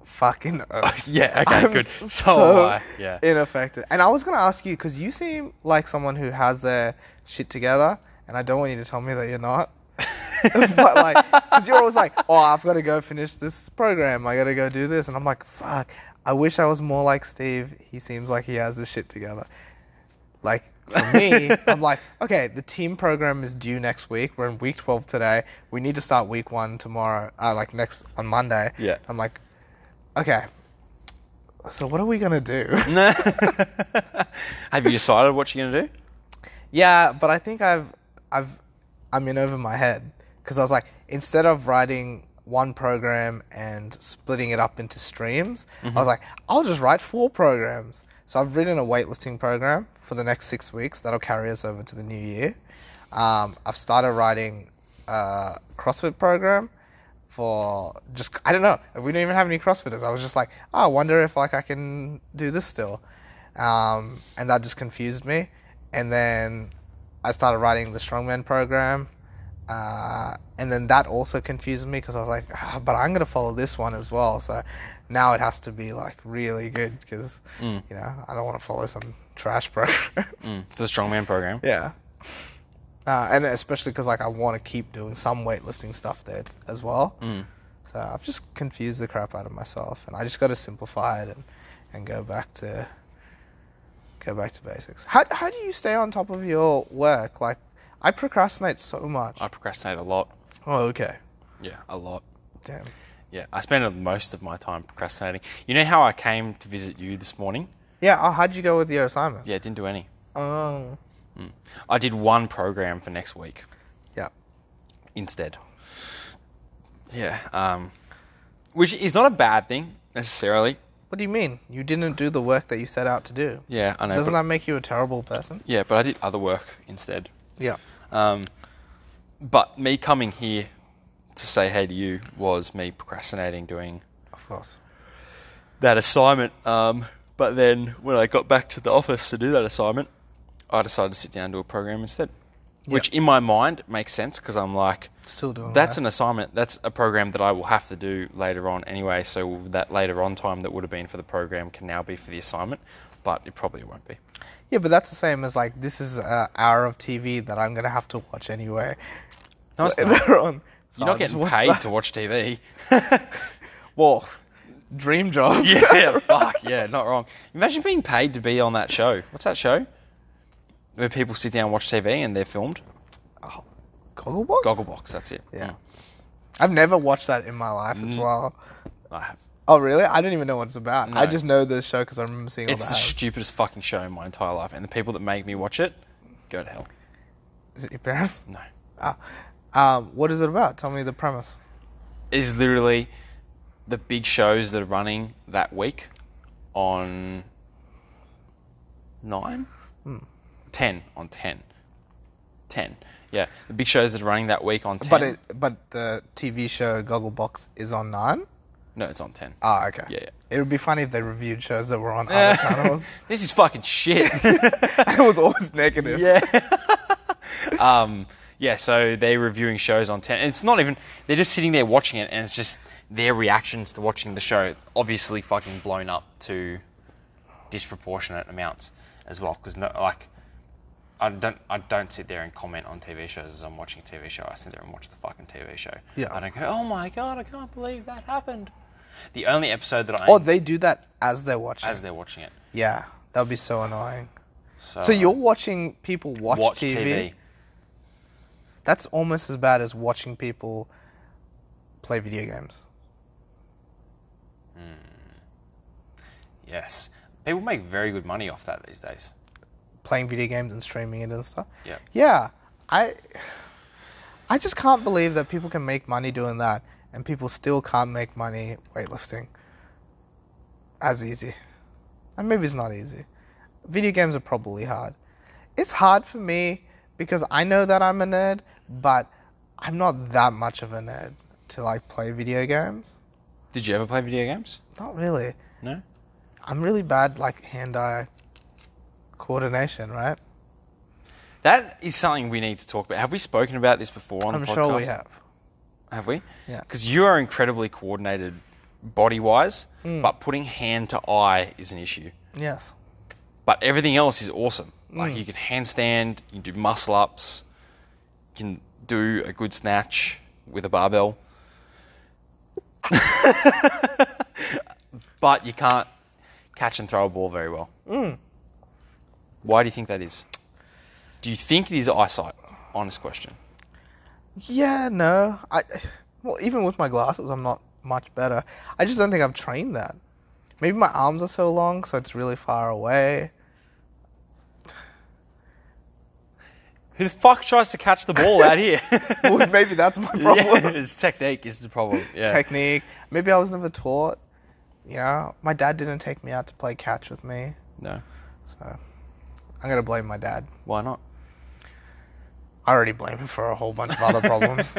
Speaker 1: fucking. *laughs*
Speaker 2: yeah. *laughs* Okay.
Speaker 1: I'm
Speaker 2: good. So, am I. Yeah.
Speaker 1: Ineffective. And I was gonna ask you because you seem like someone who has their shit together, and I don't want you to tell me that you're not. *laughs* but like, because you're always like, oh, I've got to go finish this program. I got to go do this, and I'm like, fuck. I wish I was more like Steve. He seems like he has his shit together. Like for
Speaker 2: *laughs*
Speaker 1: me, I'm like, okay, the team program is due next week. We're in week 12 today. We need to start week one tomorrow. Uh, like next on Monday.
Speaker 2: Yeah.
Speaker 1: I'm like, okay. So what are we gonna do?
Speaker 2: *laughs* Have you decided what you're gonna do?
Speaker 1: *laughs* Yeah, but I think I've I've I'm in over my head because I was like, instead of writing one program and splitting it up into streams, I was like, I'll just write four programs. So I've written a weightlifting program for the next six weeks that'll carry us over to the new year. Um, I've started writing a CrossFit program for just I don't know. We didn't even have any CrossFitters. I was just like, oh, I wonder if like I can do this still, um, and that just confused me. And then I started writing the strongman program, uh, and then that also confused me because I was like, ah, but I'm gonna follow this one as well. So now it has to be like really good because you know I don't want to follow some trash *laughs* program.
Speaker 2: Mm, for the strongman program.
Speaker 1: Yeah. Uh, and especially because like I want to keep doing some weightlifting stuff there as well. Mm. So I've just confused the crap out of myself, and I just got to simplify it and, and go back to go back to basics. How how do you stay on top of your work? Like I procrastinate so much.
Speaker 2: I procrastinate a lot.
Speaker 1: oh okay.
Speaker 2: Yeah, a lot.
Speaker 1: Damn.
Speaker 2: Yeah, I spend most of my time procrastinating. You know how I came to visit you this morning?
Speaker 1: Yeah. Oh, how'd you go with your assignment?
Speaker 2: Yeah, didn't do any.
Speaker 1: Oh.
Speaker 2: I did one program for next week
Speaker 1: Yeah.
Speaker 2: instead. Yeah, um, which is not a bad thing necessarily.
Speaker 1: What do you mean? You didn't do the work that you set out to do.
Speaker 2: Yeah, I know.
Speaker 1: Doesn't that
Speaker 2: but-
Speaker 1: make you a terrible person?
Speaker 2: yeah, but I did other work instead.
Speaker 1: Yeah.
Speaker 2: Um, but me coming here to say hey to you was me procrastinating doing
Speaker 1: Of course.
Speaker 2: that assignment. Um, but then when I got back to the office to do that assignment, I decided to sit down and do a program instead, which in my mind makes sense because I'm like,
Speaker 1: Still doing
Speaker 2: that's
Speaker 1: that.
Speaker 2: an assignment. That's a program that I will have to do later on anyway. So that later on time that would have been for the program can now be for the assignment, but it probably won't be.
Speaker 1: Yeah, but that's the same as like this is an hour of TV that I'm gonna have to watch anyway. *laughs*
Speaker 2: No, it's not.
Speaker 1: Later on. So
Speaker 2: You're
Speaker 1: I'll
Speaker 2: not
Speaker 1: just
Speaker 2: getting
Speaker 1: watch
Speaker 2: paid
Speaker 1: that.
Speaker 2: to watch TV.
Speaker 1: *laughs* Well, dream job. *laughs*
Speaker 2: *laughs* Yeah, fuck yeah, not wrong. Imagine being paid to be on that show. What's that show? Where people sit down and watch TV and they're filmed.
Speaker 1: Oh, Gogglebox.
Speaker 2: Gogglebox, that's it.
Speaker 1: Yeah. I've never watched that in my life as well.
Speaker 2: Mm, I have.
Speaker 1: Oh really? I don't even know what it's about. I
Speaker 2: No.
Speaker 1: just know the show because I remember seeing all
Speaker 2: It's
Speaker 1: the
Speaker 2: the
Speaker 1: ads.
Speaker 2: stupidest fucking show in my entire life, and the people that make me watch it, go to hell.
Speaker 1: Is it your parents? *laughs*
Speaker 2: No.
Speaker 1: Ah. Um, what is it about? Tell me the premise.
Speaker 2: It is literally the big shows that are running that week on nine?
Speaker 1: Hmm.
Speaker 2: Ten. On ten. Ten. Yeah. The big shows that are running that week on ten.
Speaker 1: But it, but the TV show Gogglebox is on Nine.
Speaker 2: no, it's on ten.
Speaker 1: Ah, okay.
Speaker 2: Yeah, yeah.
Speaker 1: It would be funny if they reviewed shows that were
Speaker 2: *laughs*
Speaker 1: on other channels. *laughs*
Speaker 2: This is fucking shit.
Speaker 1: it was always negative.
Speaker 2: Yeah. *laughs* um, yeah, so they're reviewing shows on 10. And it's not even, they're just sitting there watching it, and it's just their reactions to watching the show, obviously fucking blown up to disproportionate amounts as well. Because, no, like, I don't, I don't sit there and comment on TV shows as I'm watching a TV show. I sit there and watch the fucking TV show.
Speaker 1: Yeah.
Speaker 2: I don't go, oh my god, I can't believe that happened. The only episode that I.
Speaker 1: Or Oh, they do that as they're watching.
Speaker 2: as they're watching it.
Speaker 1: yeah, that would be so annoying.
Speaker 2: So, uh,
Speaker 1: so you're watching people watch,
Speaker 2: watch
Speaker 1: TV.
Speaker 2: TV.
Speaker 1: That's almost as bad as watching people play video games.
Speaker 2: Yes. People make very good money off that these days.
Speaker 1: Playing video games and streaming it and stuff.
Speaker 2: Yeah.
Speaker 1: Yeah, I I just can't believe that people can make money doing that and people still can't make money weightlifting as easy. And maybe it's not easy. Video games are probably hard. It's hard for me because I know that I'm a nerd, but I'm not that much of a nerd to like play video games.
Speaker 2: Did you ever play video games?
Speaker 1: Not really.
Speaker 2: No.
Speaker 1: I'm really bad like hand-eye coordination, right?
Speaker 2: That is something we need to talk about. Have we spoken about this before on
Speaker 1: I'm
Speaker 2: the podcast?
Speaker 1: sure we have.
Speaker 2: Have we?
Speaker 1: Yeah.
Speaker 2: Because you are incredibly coordinated body wise,
Speaker 1: Hmm.
Speaker 2: but putting hand to eye is an issue.
Speaker 1: Yes.
Speaker 2: But everything else is awesome. Like you can handstand, you can do muscle ups, you can do a good snatch with a barbell. *laughs* but you can't catch and throw a ball very well. Why do you think that is? Do you think it is eyesight? Honest question.
Speaker 1: Yeah, no. I well, even with my glasses, I'm not much better. I just don't think I've trained that. Maybe my arms are so long, so it's really far
Speaker 2: *laughs*
Speaker 1: away.
Speaker 2: Who the fuck tries to catch the ball out here? *laughs*
Speaker 1: Well, maybe that's my problem.
Speaker 2: yeah, it's technique is the problem. *laughs* Yeah.
Speaker 1: Technique. Maybe I was never taught. You know, my dad didn't take me out to play catch with me,
Speaker 2: no.
Speaker 1: so I'm gonna blame my dad.
Speaker 2: Why not?
Speaker 1: I already blame him for a whole bunch of
Speaker 2: *laughs*
Speaker 1: other problems.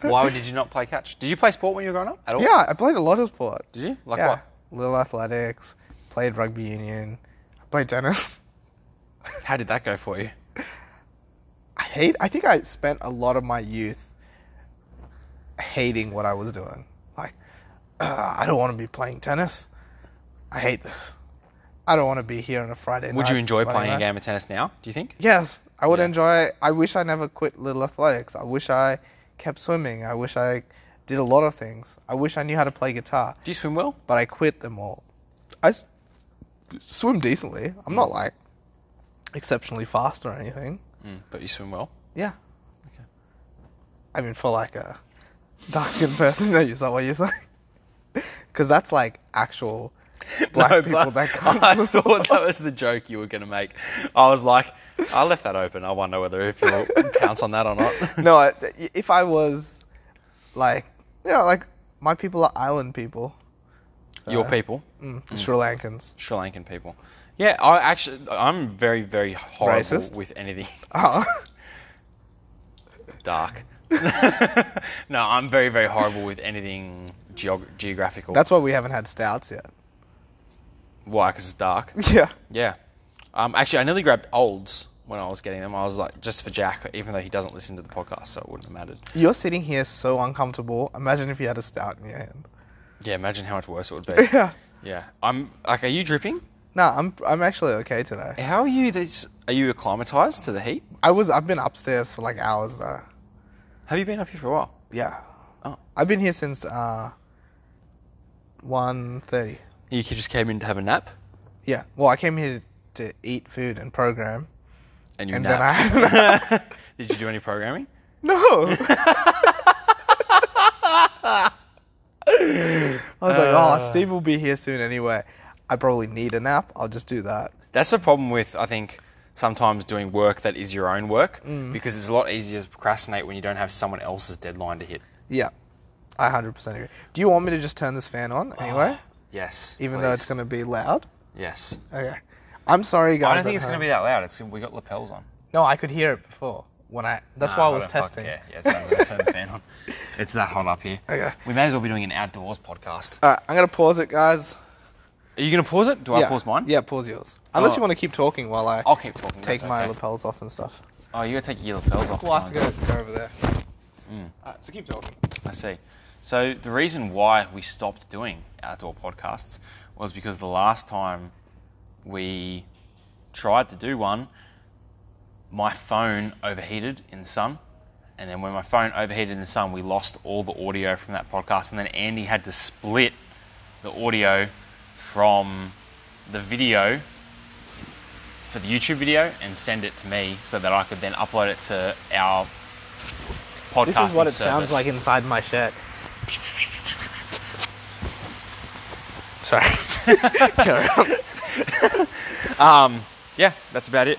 Speaker 2: Why did you not play catch? Did you play sport when you were growing up at all?
Speaker 1: yeah, I played a lot of sport.
Speaker 2: Did you? Like
Speaker 1: yeah,
Speaker 2: what?
Speaker 1: little athletics. Played rugby union. I played tennis.
Speaker 2: How did that go for you?
Speaker 1: I hate. I think I spent a lot of my youth hating what I was doing. Like, uh, I don't want to be playing tennis. I hate this. I don't want to be here on a Friday night.
Speaker 2: Would you enjoy
Speaker 1: running
Speaker 2: playing a
Speaker 1: around.
Speaker 2: game of tennis now? Do you think?
Speaker 1: Yes, I would
Speaker 2: Yeah.
Speaker 1: enjoy. I wish I never quit little athletics. I wish I kept swimming. I wish I did a lot of things. I wish I knew how to play guitar,
Speaker 2: Do you swim well?
Speaker 1: but I quit them all. I s- swim decently. I'm not like exceptionally fast or anything.
Speaker 2: But you swim *laughs* well.
Speaker 1: Yeah. I mean, for like a dark skinned person, *laughs* is that what you're saying? Because that's like
Speaker 2: *laughs*
Speaker 1: actual black people that can't
Speaker 2: I
Speaker 1: swim.
Speaker 2: thought that was the joke you were going to make. I was like, I left that open. I wonder whether if
Speaker 1: *laughs*
Speaker 2: you'll pounce on that or not.
Speaker 1: No, I, if I was like, you know, like my people are island people,
Speaker 2: Your people,
Speaker 1: mm, Sri Lankans.
Speaker 2: Sri Lankan people. Yeah, I actually, I'm very, very horrible
Speaker 1: Racist?
Speaker 2: with anything *laughs*
Speaker 1: Oh.
Speaker 2: dark. no, I'm very, very horrible with anything geog-
Speaker 1: *laughs*
Speaker 2: geographical.
Speaker 1: That's why we haven't had stouts yet.
Speaker 2: why, because it's dark.
Speaker 1: Yeah.
Speaker 2: *laughs* Yeah. Um, actually, I nearly grabbed Olds when I was getting them. I was like, just for Jack, even though he doesn't listen to the podcast, so it wouldn't have mattered.
Speaker 1: You're sitting here so uncomfortable. Imagine if you had a stout in your
Speaker 2: *laughs*
Speaker 1: hand.
Speaker 2: Yeah, imagine how much worse it would
Speaker 1: *laughs*
Speaker 2: be.
Speaker 1: Yeah.
Speaker 2: yeah. I'm like, are you dripping?
Speaker 1: Nah, I'm I'm actually okay today.
Speaker 2: How are you this? Are you acclimatized to the heat?
Speaker 1: I was I've been upstairs for like hours though.
Speaker 2: Have you been up here for a while?
Speaker 1: Yeah.
Speaker 2: Oh.
Speaker 1: I've been here since uh, one thirty.
Speaker 2: You could just came in to have a nap,
Speaker 1: Yeah. Well, I came here to eat food and program.
Speaker 2: and you
Speaker 1: And then
Speaker 2: napped. *laughs*
Speaker 1: I
Speaker 2: Did you do any programming?
Speaker 1: No. *laughs* I was like, oh, Steve will be here soon anyway. I probably need a nap. I'll just do that.
Speaker 2: That's the problem with I think sometimes doing work that is your own work
Speaker 1: Mm.
Speaker 2: because it's a lot easier to procrastinate when you don't have someone else's deadline to hit.
Speaker 1: Yeah. I 100% agree. Do you want me to just turn this fan on anyway?
Speaker 2: Yes.
Speaker 1: even though
Speaker 2: please.
Speaker 1: it's going to be loud?
Speaker 2: Yes.
Speaker 1: Okay. I'm sorry, guys.
Speaker 2: I don't think
Speaker 1: at
Speaker 2: it's going
Speaker 1: home.
Speaker 2: to be that loud. It's, we got lapels on.
Speaker 1: No, I could hear it before. when I. That's why I was testing.
Speaker 2: Yeah, yeah turn
Speaker 1: *laughs*
Speaker 2: the fan on. It's that hot up here.
Speaker 1: Okay.
Speaker 2: We may as well be doing an outdoors podcast.
Speaker 1: All right, I'm going to pause it, guys.
Speaker 2: Are you going to pause it? Do I
Speaker 1: yeah.
Speaker 2: pause mine?
Speaker 1: Yeah, pause yours. Unless
Speaker 2: Oh.
Speaker 1: you want to keep talking while I
Speaker 2: I'll keep talking.
Speaker 1: take
Speaker 2: that's
Speaker 1: my
Speaker 2: okay.
Speaker 1: lapels off and stuff.
Speaker 2: Oh, you gotta take your yellow bells off.
Speaker 1: We'll have to
Speaker 2: Nigel.
Speaker 1: go, go over there.
Speaker 2: Mm.
Speaker 1: Alright, so keep talking.
Speaker 2: I see. So the reason why we stopped doing outdoor podcasts was because the last time we tried to do one, my phone overheated in the sun. And then when my phone overheated in the sun, we lost all the audio from that podcast. And then Andy had to split the audio from the video for the YouTube video and send it to me so that I could then upload it to our podcast.
Speaker 1: This is what it sounds like inside my shirt. *laughs* Sorry. Carry on.
Speaker 2: yeah, that's about it.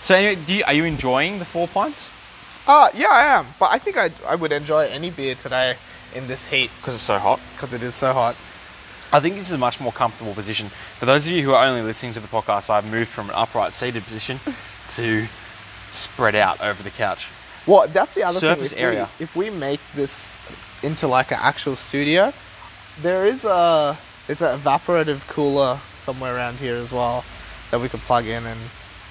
Speaker 2: So anyway, do you, are you enjoying the four pints?
Speaker 1: Uh, yeah, I am. But I think I, I would enjoy any beer today in this heat
Speaker 2: Because it's so hot.
Speaker 1: because it is so hot.
Speaker 2: I think this is a much more comfortable position. For those of you who are only listening to the podcast, I've moved from an upright seated position *laughs* to spread out over the couch.
Speaker 1: Well, that's the other
Speaker 2: Surface
Speaker 1: thing. If
Speaker 2: area.
Speaker 1: We, if we make this into like an actual studio, there is a there's an evaporative cooler somewhere around here as well that we could plug in and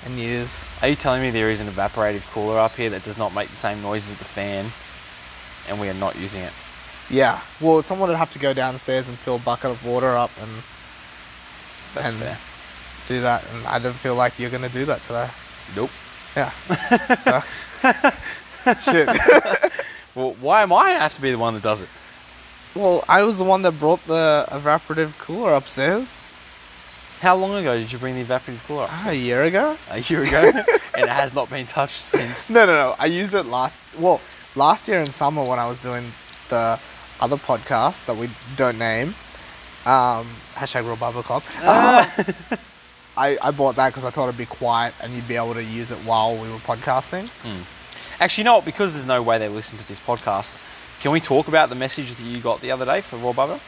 Speaker 1: and use.
Speaker 2: Are you telling me there is an evaporative cooler up here that does not make the same noise as the fan and we are not using it?
Speaker 1: Yeah. Well, someone would have to go downstairs and fill a bucket of water up and
Speaker 2: That's
Speaker 1: and
Speaker 2: fair.
Speaker 1: do that. And I didn't feel like you're gonna do that today.
Speaker 2: Nope. *laughs*
Speaker 1: Yeah. so. Shit.
Speaker 2: Well, why am I have to be the one that does it?
Speaker 1: well, I was the one that brought the evaporative cooler upstairs
Speaker 2: How long ago did you bring the evaporative cooler up?
Speaker 1: Ah, a year ago.
Speaker 2: A year *laughs* ago, and it has not been touched since.
Speaker 1: No, no, no. I used it last. Well, last year in summer when I was doing the other podcast that we don't name, um, hashtag Real Bubble Club.
Speaker 2: Ah. *laughs*
Speaker 1: um, I, I bought that because I thought it'd be quiet and you'd be able to use it while we were podcasting.
Speaker 2: Hmm. Actually, you know what? Because there's no way they listen to this podcast, can we talk about the message that you got the other day for Raw Bubba?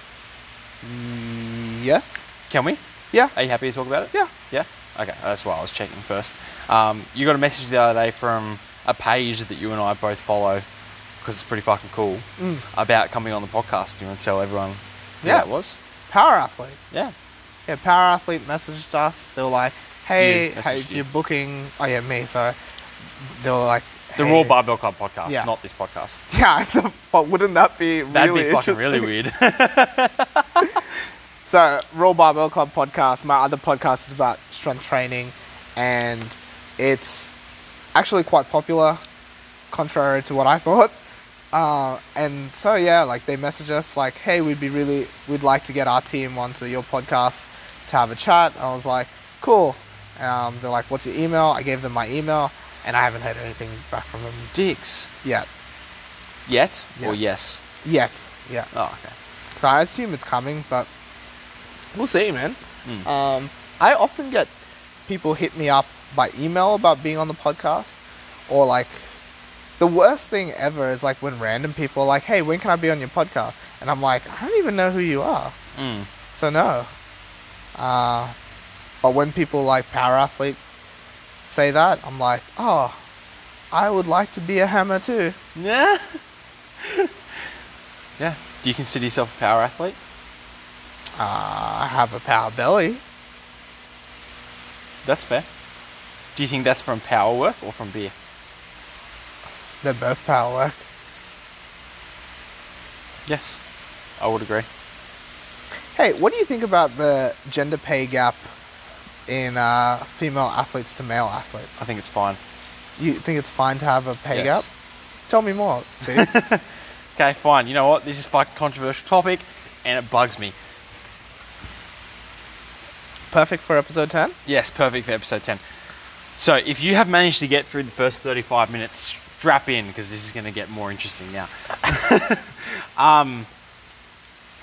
Speaker 1: Yes.
Speaker 2: Can we?
Speaker 1: Yeah.
Speaker 2: Are you happy to talk about it?
Speaker 1: Yeah.
Speaker 2: Yeah? Okay, that's why I was checking first. Um, you got a message the other day from a page that you and I both follow because it's pretty fucking cool about coming on the podcast. Do you want to tell everyone
Speaker 1: Mm.
Speaker 2: who
Speaker 1: Yeah.
Speaker 2: that was?
Speaker 1: Power athlete.
Speaker 2: Yeah.
Speaker 1: Yeah, Power Athlete messaged us. They were like, hey,
Speaker 2: You
Speaker 1: hey
Speaker 2: messaged you.
Speaker 1: you're booking. Oh, yeah, me, sorry. They were like,
Speaker 2: The
Speaker 1: hey-
Speaker 2: Raw Barbell Club podcast,
Speaker 1: Yeah.
Speaker 2: not this podcast.
Speaker 1: *laughs* Yeah, *laughs* I thought, but wouldn't that be really
Speaker 2: That'd be fucking really
Speaker 1: interesting?
Speaker 2: weird.
Speaker 1: *laughs* So, Raw Barbell Club podcast, my other podcast is about strength training, and it's actually quite popular, contrary to what I *laughs* thought. Uh, and so, yeah, like they message us, like, hey, we'd be really, we'd like to get our team onto your podcast to have a chat. And I was like, cool. Um, they're like, what's your email? I gave them my email, and I haven't heard anything back from them
Speaker 2: Dicks.
Speaker 1: yet.
Speaker 2: Yet? Or yes?
Speaker 1: Yes. Yet, yeah.
Speaker 2: Oh, okay.
Speaker 1: So I assume it's coming, but we'll see, man. Um, I often get people hit me up by email about being on the podcast, or like the worst thing ever is like when random people are like, "Hey, when can I be on your podcast?" And I'm like, "I don't even know who you are,"
Speaker 2: Mm.
Speaker 1: so no. Uh, but when people like power athlete say that, I'm like, "Oh, I would like to be a hammer too."
Speaker 2: Yeah. *laughs* yeah. Do you consider yourself a power athlete?
Speaker 1: Uh, I have a power belly.
Speaker 2: That's fair. Do you think that's from power work or from beer?
Speaker 1: They're both power work.
Speaker 2: Yes. I would agree.
Speaker 1: Hey, what do you think about the gender pay gap in uh, female athletes to male athletes?
Speaker 2: I think it's fine.
Speaker 1: you think it's fine to have a pay
Speaker 2: Yes.
Speaker 1: gap? Tell me more.
Speaker 2: *laughs*
Speaker 1: See,
Speaker 2: Okay, fine. You know what? This is fucking controversial topic and it bugs me.
Speaker 1: perfect for episode ten.
Speaker 2: Yes, perfect for episode 10. So, if you have managed to get through the first 35 minutes, strap in because this is going to get more interesting now. um,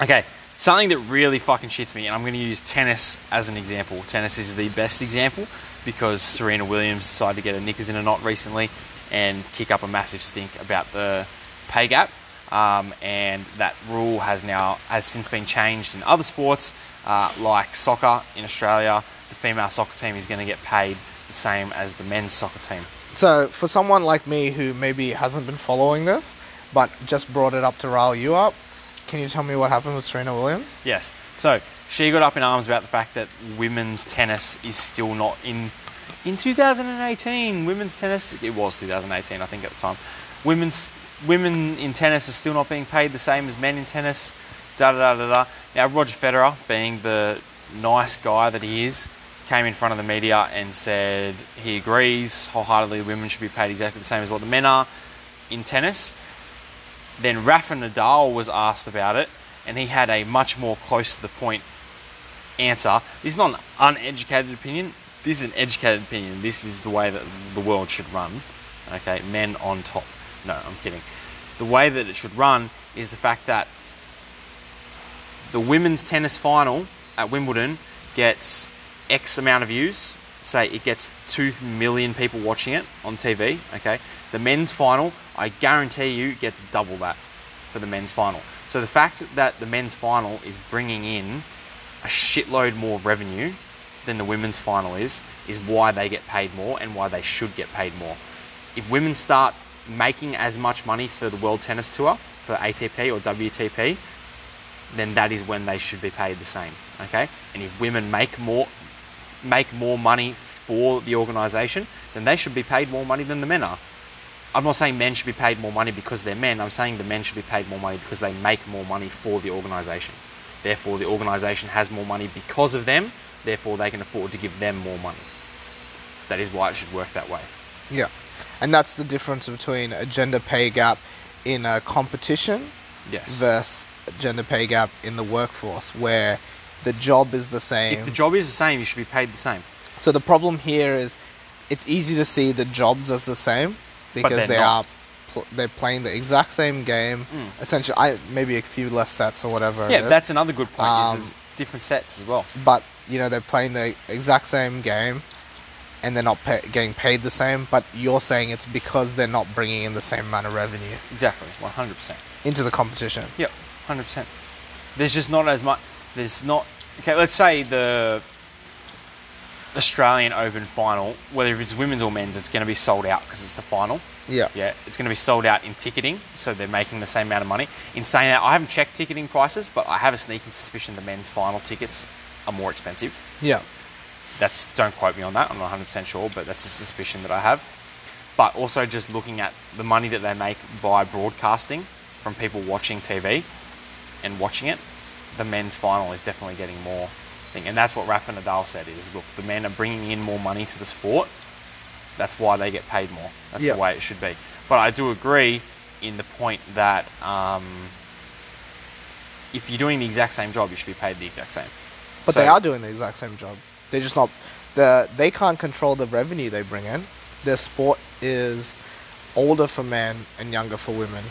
Speaker 2: okay, something that really fucking shits me, and I'm going to use tennis as an example. Tennis is the best example because Serena Williams decided to get her knickers in a knot recently and kick up a massive stink about the pay gap. Um, and that rule has now has since been changed in other sports, uh, like soccer in Australia. The female soccer team is going to get paid the same as the men's soccer team.
Speaker 1: So, for someone like me who maybe hasn't been following this, but just brought it up to rile you up, can you tell me what happened with Serena Williams?
Speaker 2: Yes. So she got up in arms about the fact that women's tennis is still not in In 2018, women's tennis, it was 2018, I think, at the time, women's, women in tennis are still not being paid the same as men in tennis. Da da da da da. Now, Roger Federer, being the nice guy that he is, came in front of the media and said he agrees wholeheartedly women should be paid exactly the same as what the men are in tennis. Then Rafa Nadal was asked about it, and he had a much more close to the point answer. This is not an uneducated opinion. This is an educated opinion. This is the way that the world should run. Okay, men on top. No, I'm kidding. The way that it should run is the fact that the women's tennis final at Wimbledon gets X amount of views. Say it gets 2 million people watching it on TV. Okay. The men's final, I guarantee you, gets double that for the men's final. So the fact that the men's final is bringing in a shitload more revenue than the women's final is, is why they get paid more and why they should get paid more. If women start making as much money for the World Tennis Tour, for ATP or WTP, then that is when they should be paid the same. Okay, and if women make more make more money for the organisation, then they should be paid more money than the men are. I'm not saying men should be paid more money because they're men. I'm saying the men should be paid more money because they make more money for the organisation. Therefore, the organisation has more money because of them. Therefore, they can afford to give them more money. That is why it should work that way.
Speaker 1: Yeah. And that's the difference between a gender pay gap in a competition
Speaker 2: Yes.
Speaker 1: versus a gender pay gap in the workforce where the job is the same.
Speaker 2: if the job is the same, you should be paid the same.
Speaker 1: so the problem here is it's easy to see the jobs as the same because
Speaker 2: they're
Speaker 1: they
Speaker 2: not. Hmm.
Speaker 1: are pl- they're playing the exact same game. Essentially, I maybe a few less sets or whatever. it
Speaker 2: Yeah,
Speaker 1: is.
Speaker 2: that's another good point.
Speaker 1: Um,
Speaker 2: is there's different sets as well.
Speaker 1: but you know they're playing the exact same game and they're not pa getting paid the same but you're saying it's because they're not bringing in the same amount of revenue
Speaker 2: Exactly, 100%.
Speaker 1: into the competition
Speaker 2: Yep, 100%. There's just not as much. There's not. Okay, let's say the Australian Open final, whether it's women's or men's, it's going to be sold out because it's the final.
Speaker 1: yeah
Speaker 2: Yeah, it's going to be sold out in ticketing, so they're making the same amount of money. In saying that, I haven't checked ticketing prices, but I have a sneaking suspicion the men's final tickets are more expensive.
Speaker 1: yeah
Speaker 2: That's don't quote me on that. I'm not 100 percent sure, but that's a suspicion that I have. But also just looking at the money that they make by broadcasting from people watching TV and watching it, the men's final is definitely getting more thing, and that's what Rafa Nadal said: is look, the men are bringing in more money to the sport. That's why they get paid more. That's
Speaker 1: Yeah.
Speaker 2: the way it should be. But I do agree in the point that um, if you're doing the exact same job, you should be paid the exact same.
Speaker 1: but
Speaker 2: So-
Speaker 1: they are doing the exact same job they're just not the they can't control the revenue they bring in their sport is older for men and younger for women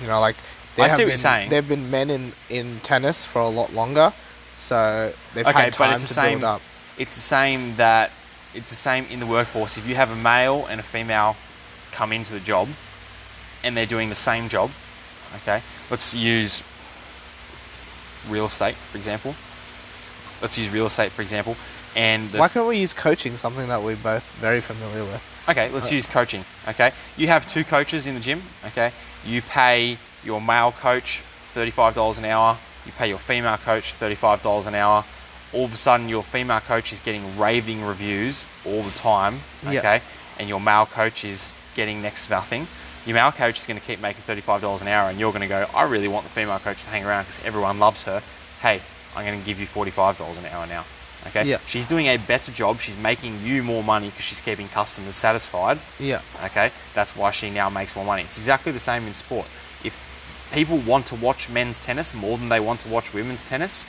Speaker 1: you know like
Speaker 2: I see
Speaker 1: have
Speaker 2: what you're
Speaker 1: been-
Speaker 2: saying.
Speaker 1: There have been men in, in tennis for a lot longer, so they've had time to build up.
Speaker 2: It's the same that it's the same in the workforce. If you have a male and a female come into the job, and they're doing the same job, okay. Let's use real estate for example. Let's use real estate for example, and the
Speaker 1: Why can't we use coaching, something that we're both very familiar with?
Speaker 2: Okay, let's use coaching. Okay, you have two coaches in the gym. Okay, you pay your male coach thirty-five dollars an hour. You pay your female coach thirty-five dollars an hour. All of a sudden, your female coach is getting raving reviews all the time.
Speaker 1: Yeah.
Speaker 2: Okay, and your male coach is getting next to nothing. Your male coach is going to keep making thirty-five dollars an hour, and you're going to go. I really want the female coach to hang around because everyone loves her. Hey, I'm going to give you forty-five dollars an hour now. Okay,
Speaker 1: Yeah.
Speaker 2: she's doing a better job. She's making you more money because she's keeping customers satisfied.
Speaker 1: Yeah.
Speaker 2: Okay, that's why she now makes more money. It's exactly the same in sport. If people want to watch men's tennis more than they want to watch women's tennis,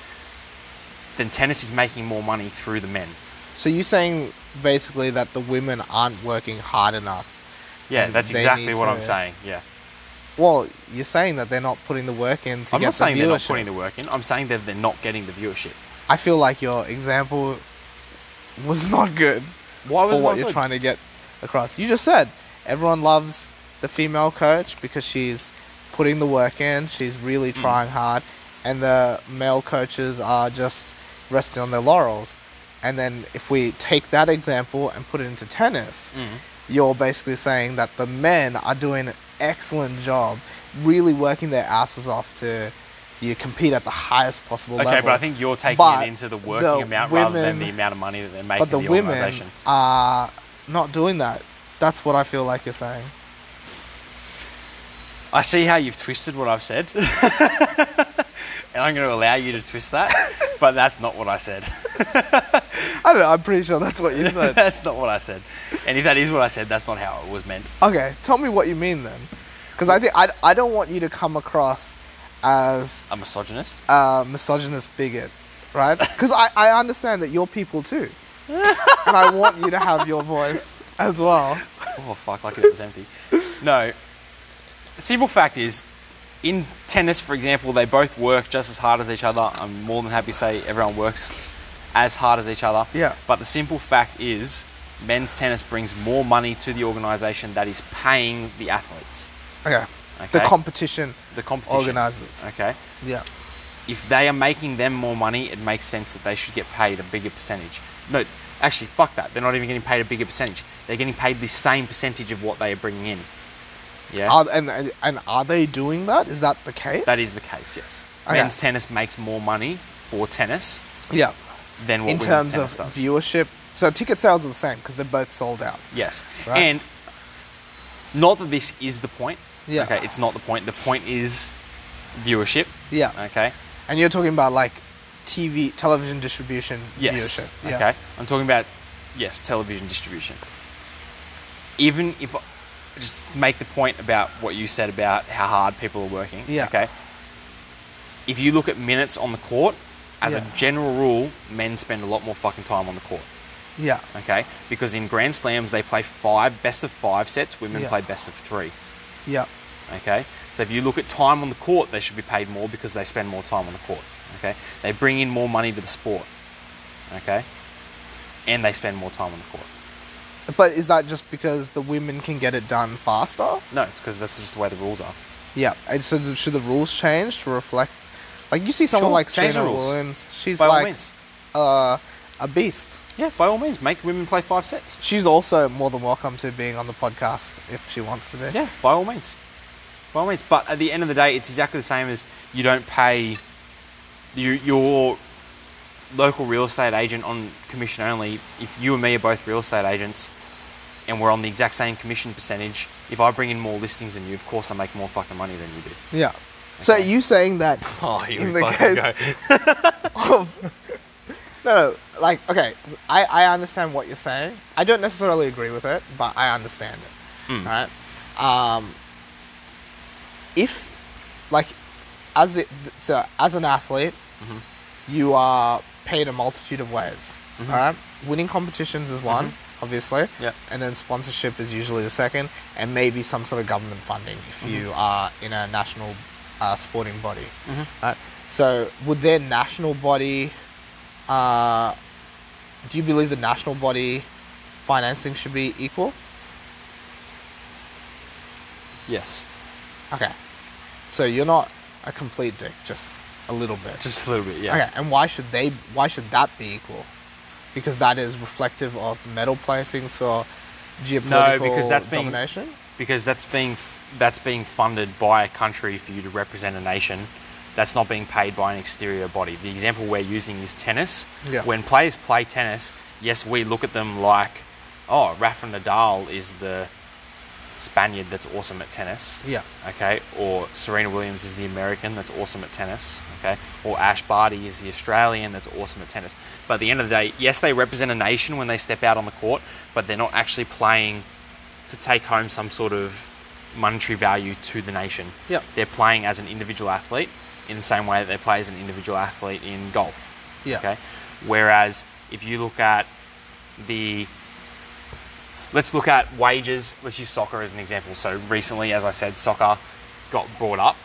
Speaker 2: then tennis is making more money through the men.
Speaker 1: So you're saying basically that the women aren't working hard enough.
Speaker 2: Yeah,
Speaker 1: And
Speaker 2: that's
Speaker 1: they
Speaker 2: exactly
Speaker 1: need
Speaker 2: what
Speaker 1: to-
Speaker 2: I'm saying. Yeah.
Speaker 1: Well, you're saying that they're not putting the work in to
Speaker 2: I'm
Speaker 1: get
Speaker 2: not saying
Speaker 1: the viewership.
Speaker 2: they're not putting the work in. I'm saying that they're not getting the viewership.
Speaker 1: I feel like your example was not good
Speaker 2: Why was
Speaker 1: for
Speaker 2: Oh, it
Speaker 1: what
Speaker 2: not
Speaker 1: you're
Speaker 2: good?
Speaker 1: trying to get across. You just said everyone loves the female coach because she's putting the work in, she's really trying hard, and the male coaches are just resting on their laurels. And then if we take that example and put it into
Speaker 2: Mm. Hmm.
Speaker 1: tennis, you're basically saying that the men are doing an excellent job, really working their asses off to you compete at the highest possible
Speaker 3: Okay,
Speaker 1: level.
Speaker 3: but I think you're taking
Speaker 1: But
Speaker 3: it into the working amount rather than the
Speaker 1: women-
Speaker 3: amount of money that they're making.
Speaker 1: But the
Speaker 3: the
Speaker 1: women
Speaker 3: organisation.
Speaker 1: are not doing that. That's what I feel like you're saying.
Speaker 2: I see how you've twisted what I've
Speaker 1: *laughs*
Speaker 2: said, and I'm going to allow you to
Speaker 1: *laughs*
Speaker 2: twist that, but that's not what I said.
Speaker 1: I don't know. I'm pretty sure that's what you said.
Speaker 2: *laughs* that's not what I said. And if that is what I said, that's not how it was meant.
Speaker 1: Okay, tell me what you mean then, because I think I, I don't want you to come across as *laughs*
Speaker 2: A misogynist?
Speaker 1: a misogynist bigot,
Speaker 2: *laughs*
Speaker 1: right? Because I, I understand that you're people too, and I want you to have your voice as well.
Speaker 2: Oh fuck! Lucky that was empty. No. The simple fact is, in tennis, for example, they both work just as hard as each other. I'm more than happy to say everyone works as hard as each other.
Speaker 1: Yeah.
Speaker 2: But the simple fact is, men's tennis brings more money to the organisation that is paying the athletes,
Speaker 1: Okay, the
Speaker 2: Okay.
Speaker 1: competition.
Speaker 2: the competition
Speaker 1: Organisers.
Speaker 2: Okay.
Speaker 1: Yeah,
Speaker 2: if they are making them more money, it makes sense that they should get paid a bigger percentage. No, actually, fuck that. They're not even getting paid a bigger percentage. They're getting paid the same percentage of what they are bringing in. Yeah,
Speaker 1: are, and, and and are they doing that? Is that the case?
Speaker 2: that is the case. Yes,
Speaker 1: Okay.
Speaker 2: men's tennis makes more money for tennis
Speaker 1: yeah.
Speaker 2: than what
Speaker 1: In
Speaker 2: women's
Speaker 1: terms of
Speaker 2: tennis does.
Speaker 1: viewership, so ticket sales are the same because they're both sold out.
Speaker 2: Yes.
Speaker 1: Right.
Speaker 2: And not that this is the point.
Speaker 1: Yeah.
Speaker 2: Okay, it's not the point. The point is viewership.
Speaker 1: Yeah.
Speaker 2: Okay.
Speaker 1: And you're talking about like TV, television distribution
Speaker 2: Yes.
Speaker 1: viewership.
Speaker 2: Okay. I'm talking about yes, television distribution. Even if just make the point about what you said about how hard people are working.
Speaker 1: Yeah.
Speaker 2: Okay. If you look at minutes on the court, as
Speaker 1: Yeah.
Speaker 2: a general rule, men spend a lot more fucking time on the court.
Speaker 1: Yeah.
Speaker 2: Okay. Because in Grand Slams they play five best of five sets, women
Speaker 1: Yeah.
Speaker 2: play best of three.
Speaker 1: Yeah.
Speaker 2: Okay. So if you look at time on the court, they should be paid more because they spend more time on the court. Okay. They bring in more money to the sport. Okay. And they spend more time on the court.
Speaker 1: But is that just because the women can get it done faster?
Speaker 2: No, it's because that's just the way the rules are.
Speaker 1: Yeah. And so th- should the rules change to reflect? Like you see someone
Speaker 2: Sure,
Speaker 1: like
Speaker 2: change the
Speaker 1: Serena
Speaker 2: rules.
Speaker 1: Williams, she's
Speaker 2: By all
Speaker 1: like
Speaker 2: means.
Speaker 1: uh, a beast.
Speaker 2: Yeah, by all means, make the women play five sets.
Speaker 1: She's also more than welcome to being on the podcast if she wants to be.
Speaker 2: Yeah, by all means. By all means. But at the end of the day, it's exactly the same as you don't pay you, your local real estate agent on commission only. If you and me are both real estate agents and we're on the exact same commission percentage, if I bring in more listings than you, of course I make more fucking money than you do.
Speaker 1: Yeah. So are you saying
Speaker 2: *laughs*
Speaker 1: that
Speaker 3: Oh, here
Speaker 1: in
Speaker 3: we
Speaker 1: the
Speaker 3: fucking
Speaker 1: case
Speaker 3: go.
Speaker 1: No, no, like okay, I, I understand what you're saying. I don't necessarily agree with it, but I understand it.
Speaker 2: Mm.
Speaker 1: Right? Um, if like as the, so as an athlete,
Speaker 2: Mm-hmm.
Speaker 1: you are paid a multitude of ways. all right, winning competitions is one, obviously.
Speaker 2: Yeah.
Speaker 1: and then sponsorship is usually the second, and maybe some sort of government funding if you are in a national uh, sporting body.
Speaker 2: Mm-hmm.
Speaker 1: Right? So would their national body? Uh, do you believe the national body financing should be equal?
Speaker 2: Yes.
Speaker 1: Okay. So you're not a complete dick, just a little bit.
Speaker 2: Just a little bit, yeah.
Speaker 1: Okay, and why should they? Why should that be equal? Because that is reflective of medal placings for geopolitical
Speaker 2: because that's being-
Speaker 1: domination.
Speaker 2: Because that's being that's being funded by a country for you to represent a nation. That's not being paid by an exterior body. The example we're using is tennis.
Speaker 1: Yeah.
Speaker 2: When players play tennis, yes, we look at them like, oh, Rafa Nadal is the Spaniard that's awesome at tennis.
Speaker 1: Yeah.
Speaker 2: Okay. Or Serena Williams is the American that's awesome at tennis. Okay. Or Ash Barty is the Australian that's awesome at tennis. But at the end of the day, yes, they represent a nation when they step out on the court, but they're not actually playing to take home some sort of monetary value to the nation.
Speaker 1: Yeah.
Speaker 2: They're playing as an individual athlete in the same way that they play as an individual athlete in golf.
Speaker 1: Yeah.
Speaker 2: Okay. Whereas if you look at the let's look at wages. Let's use soccer as an example. So recently, as I said, soccer got brought up,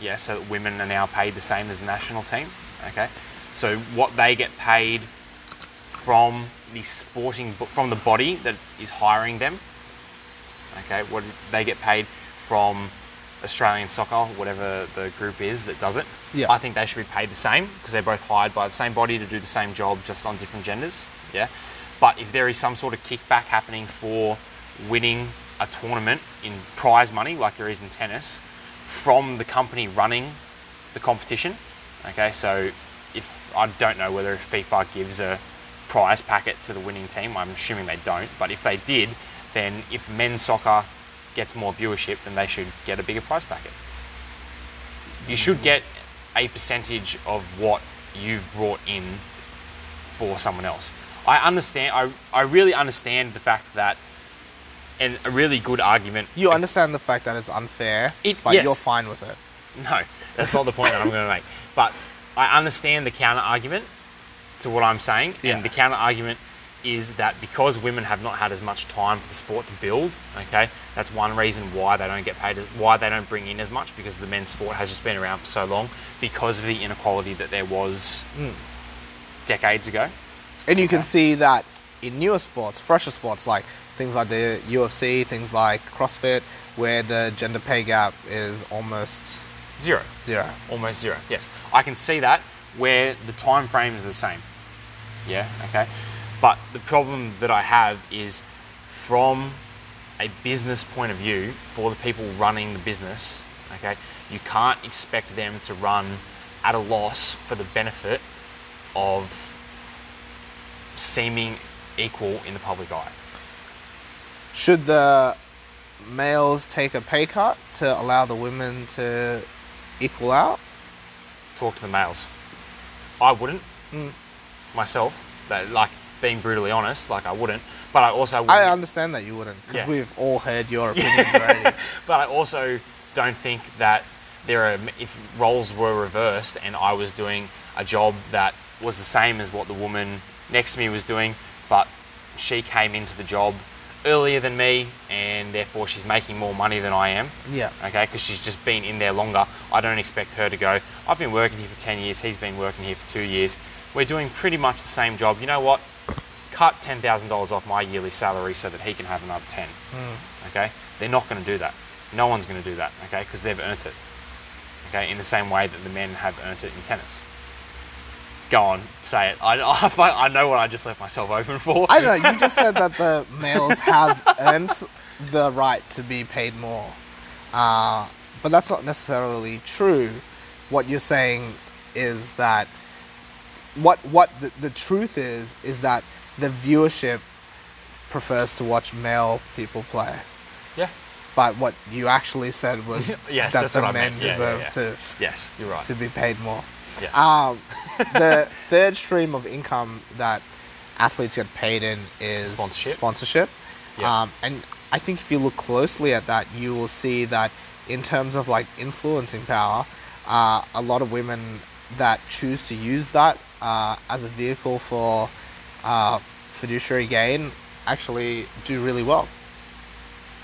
Speaker 2: yeah, so that women are now paid the same as the national team. Okay, so what they get paid from the sporting bo- from the body that is hiring them. Okay, what they get paid from Australian soccer, whatever the group is that does it.
Speaker 1: Yeah.
Speaker 2: I think they should be paid the same because they're both hired by the same body to do the same job, just on different genders. Yeah, but if there is some sort of kickback happening for winning a tournament in prize money, like there is in tennis, from the company running the the competition. Okay, so if I don't know whether FIFA gives a prize packet to the winning team, I'm assuming they don't. But if they did, then if men's soccer gets more viewership, then they should get a bigger prize packet. You should get a percentage of what you've brought in for someone else. I understand. I I really understand the fact that, and a really good argument.
Speaker 1: You understand the fact that it's unfair,
Speaker 2: It-
Speaker 1: but
Speaker 2: yes.
Speaker 1: you're fine with it.
Speaker 2: *laughs* No, that's not the point that I'm going to make. But I understand the counter argument to what I'm saying,
Speaker 1: Yeah.
Speaker 2: and the counter argument is that because women have not had as much time for the sport to build, okay, that's one reason why they don't get paid, as, why they don't bring in as much because the men's sport has just been around for so long because of the inequality that there was decades ago.
Speaker 1: And you can see that in newer sports, fresher sports like things like the UFC, things like CrossFit, where the gender pay gap is almost
Speaker 2: Zero.
Speaker 1: zero.
Speaker 2: almost zero. Yes, I can see that where the time frame is the same. Yeah, okay. But the problem that I have is from a business point of view for the people running the business, okay? You can't expect them to run at a loss for the benefit of seeming equal in the public eye.
Speaker 1: Should the males take a pay cut to allow the women to equal out?
Speaker 2: talk to the males. I wouldn't myself. That like being brutally honest, like I wouldn't. But I also wouldn't,
Speaker 1: I understand that you wouldn't, because
Speaker 2: Yeah.
Speaker 1: we've all heard your opinions already.
Speaker 2: *laughs* but I also don't think that there are if roles were reversed and I was doing a job that was the same as what the woman next to me was doing, but she came into the job earlier than me and therefore she's making more money than I am.
Speaker 1: Yeah.
Speaker 2: Okay, because she's just been in there longer. I don't expect her to go, I've been working here for 10 years, he's been working here for two years. We're doing pretty much the same job. You know what? Cut $10,000 off my yearly salary so that he can have another 10. Okay? They're not going to do that. No one's going to do that, okay? Because they've earned it. Okay? In the same way that the men have earned it in tennis. Go on, say it. I, *laughs* I, I know what I just left myself open for.
Speaker 1: I don't know, you just said that the males have earned the right to be paid more. Uh, but that's not necessarily true. What you're saying is that what what the, the truth is is that the viewership prefers to watch male people play.
Speaker 2: Yeah.
Speaker 1: But what you actually said was
Speaker 2: *laughs* Yes,
Speaker 1: that
Speaker 2: that's
Speaker 1: the
Speaker 2: what I
Speaker 1: men
Speaker 2: meant. Yeah, yeah,
Speaker 1: deserve
Speaker 2: yeah.
Speaker 1: to
Speaker 2: Yes, you're right.
Speaker 1: to be paid more.
Speaker 2: Yes. *laughs*
Speaker 1: Um, the third stream of income that athletes get paid in is
Speaker 2: Sponsorship.
Speaker 1: sponsorship.
Speaker 2: Yeah.
Speaker 1: Um, and I think if you look closely at that, you will see that in terms of like influencing power, uh, a lot of women that choose to use that uh, as a vehicle for uh, fiduciary gain actually do really well.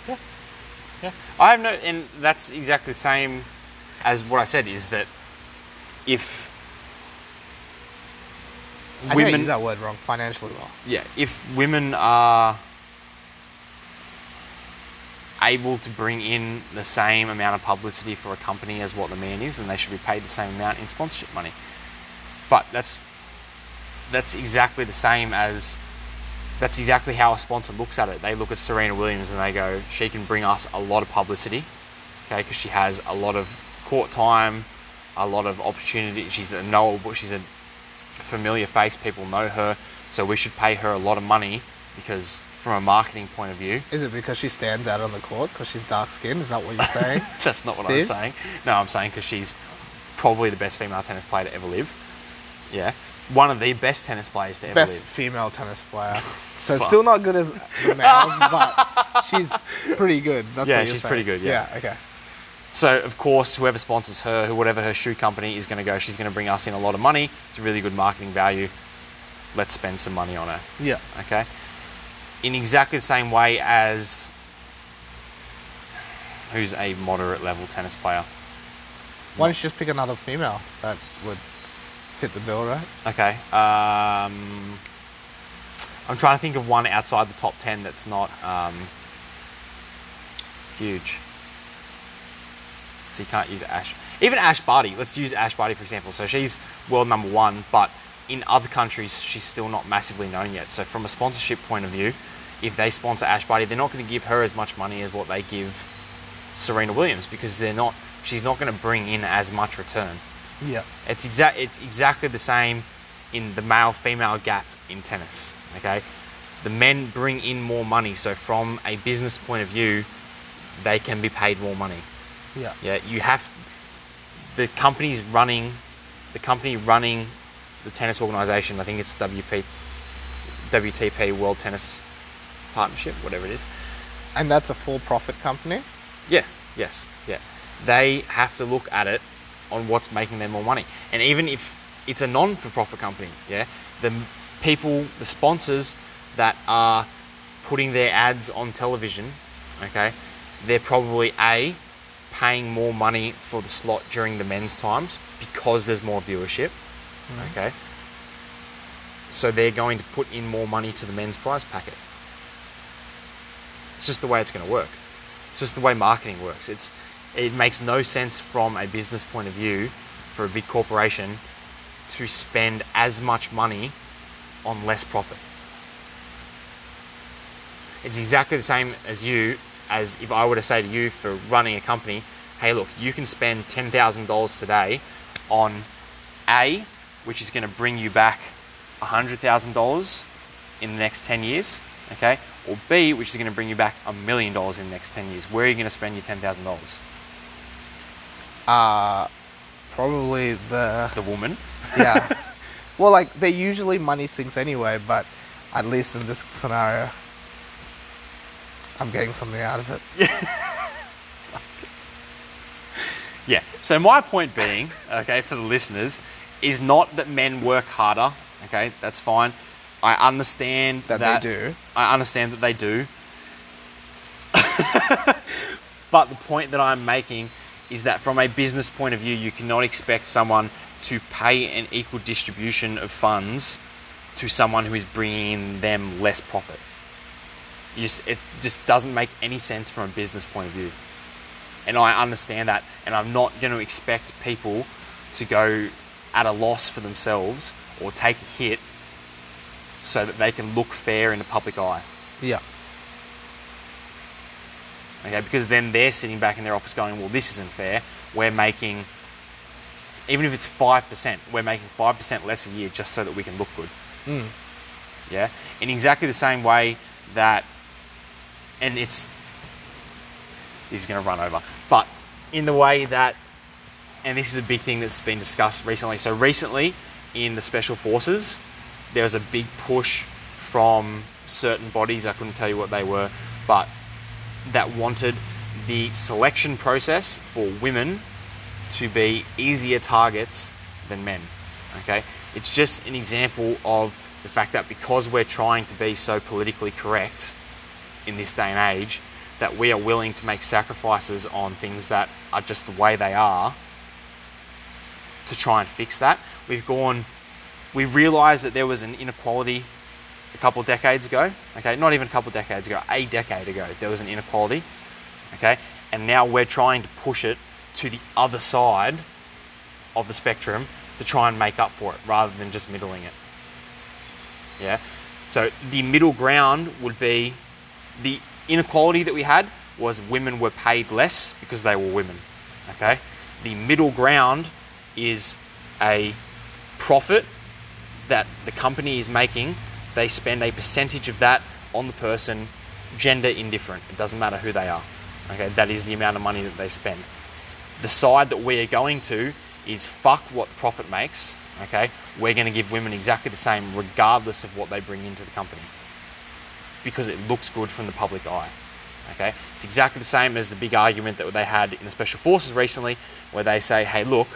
Speaker 2: Yeah, I have no, and that's exactly the same as what I said. Is that if
Speaker 1: I think I
Speaker 2: women,
Speaker 1: use that word wrong. Financially well.
Speaker 2: yeah, if women are able to bring in the same amount of publicity for a company as what the man is, then they should be paid the same amount in sponsorship money. But that's that's exactly the same as that's exactly how a sponsor looks at it. They look at Serena Williams and they go, she can bring us a lot of publicity, okay, because she has a lot of court time, a lot of opportunity. She's a knowable, she's a familiar face. People know her, so we should pay her a lot of money because, from a marketing point of view, *laughs*
Speaker 1: Is it because she stands out on the court because she's dark skinned? Is that what you're saying?
Speaker 2: *laughs* That's not what I was
Speaker 1: Steve?
Speaker 2: saying. No, I'm saying because she's probably the best female tennis player to ever live. Yeah. One of the best tennis players to ever
Speaker 1: Best
Speaker 2: live.
Speaker 1: female tennis *laughs* player. So still not good as the males, but she's pretty good. That's
Speaker 2: Yeah,
Speaker 1: what you're
Speaker 2: she's
Speaker 1: saying.
Speaker 2: pretty good, yeah.
Speaker 1: okay.
Speaker 2: So, of course, whoever sponsors her, who- whatever her shoe company is going to go, she's going to bring us in a lot of money. It's a really good marketing value. Let's spend some money on her.
Speaker 1: Yeah.
Speaker 2: Okay. In exactly the same way as who's a moderate level tennis player.
Speaker 1: Why don't you just pick another female that would fit the bill, right?
Speaker 2: Okay. Um, I'm trying to think of one outside the top 10 that's not um, huge. So you can't use Ash. Even Ash Barty. Let's use Ash Barty for example. So she's world number one, but in other countries, she's still not massively known yet. So from a sponsorship point of view, if they sponsor Ash Barty, they're not going to give her as much money as what they give Serena Williams because they're not. She's not going to bring in as much return.
Speaker 1: Yeah.
Speaker 2: It's exact. It's exactly the same in the male-female gap in tennis. Okay, the men bring in more money, so from a business point of view, they can be paid more money.
Speaker 1: Yeah.
Speaker 2: Yeah, you have the company's running, the company running the tennis organization. I think it's WP, WTP World Tennis Partnership, whatever it is.
Speaker 1: And that's a for-profit company.
Speaker 2: Yeah, yes, yeah. They have to look at it on what's making them more money. And even if it's a non for profit company, yeah, the m- people, the sponsors that are putting their ads on television, okay, they're probably A, paying more money for the slot during the men's times because there's more viewership, okay. So they're going to put in more money to the men's prize packet. It's just the way it's going to work. It's just the way marketing works. It's it makes no sense from a business point of view for a big corporation to spend as much money on less profit. It's exactly the same as you as if I were to say to you for running a company, hey look, you can spend ten thousand dollars today on A, which is going to bring you back hundred thousand dollars in the next 10 years, okay? Or B, which is going to bring you back a million dollars in the next 10 years. Where are you going to spend your $10,000?
Speaker 1: Probably *laughs* the
Speaker 2: The woman.
Speaker 1: yeah. Well, like they're usually money sinks anyway, but at least in this scenario, I'm getting something out of it.
Speaker 2: Yeah. So my point being, okay, for the listeners, is not that men work harder, okay? That's fine. I understand
Speaker 1: That they do.
Speaker 2: I understand that they do. *laughs* but the point that I'm making is that from a business point of view, you cannot expect someone to pay an equal distribution of funds to someone who is bringing them less profit. You just, it just doesn't make any sense from a business point of view. And I understand that. And I'm not going to expect people to go at a loss for themselves or take a hit so that they can look fair in the public eye.
Speaker 1: Yeah.
Speaker 2: Okay, because then they're sitting back in their office going, well, this isn't fair. We're making, even if it's 5%, we're making 5% less a year just so that we can look good. Yeah? In exactly the same way that, and it's, this is going to run over, but in the way that, and this is a big thing that's been discussed recently. So, recently in the Special Forces, there was a big push from certain bodies, I couldn't tell you what they were, but that wanted the selection process for women to be easier targets than men. Okay, it's just an example of the fact that because we're trying to be so politically correct in this day and age, that we are willing to make sacrifices on things that are just the way they are to try and fix that. We've gone, we realised that there was an inequality a couple of decades ago. Okay, not even a couple of decades ago, a decade ago, there was an inequality. Okay, and now we're trying to push it to the other side of the spectrum to try and make up for it rather than just middling it. Yeah, so the middle ground would be the inequality that we had was women were paid less because they were women. Okay, the middle ground is a profit that the company is making, they spend a percentage of that on the person, gender indifferent. It doesn't matter who they are. Okay, that is the amount of money that they spend. The side that we are going to is fuck what the profit makes. Okay, we're going to give women exactly the same, regardless of what they bring into the company, because it looks good from the public eye. Okay, it's exactly the same as the big argument that they had in the special forces recently, where they say, "Hey, look,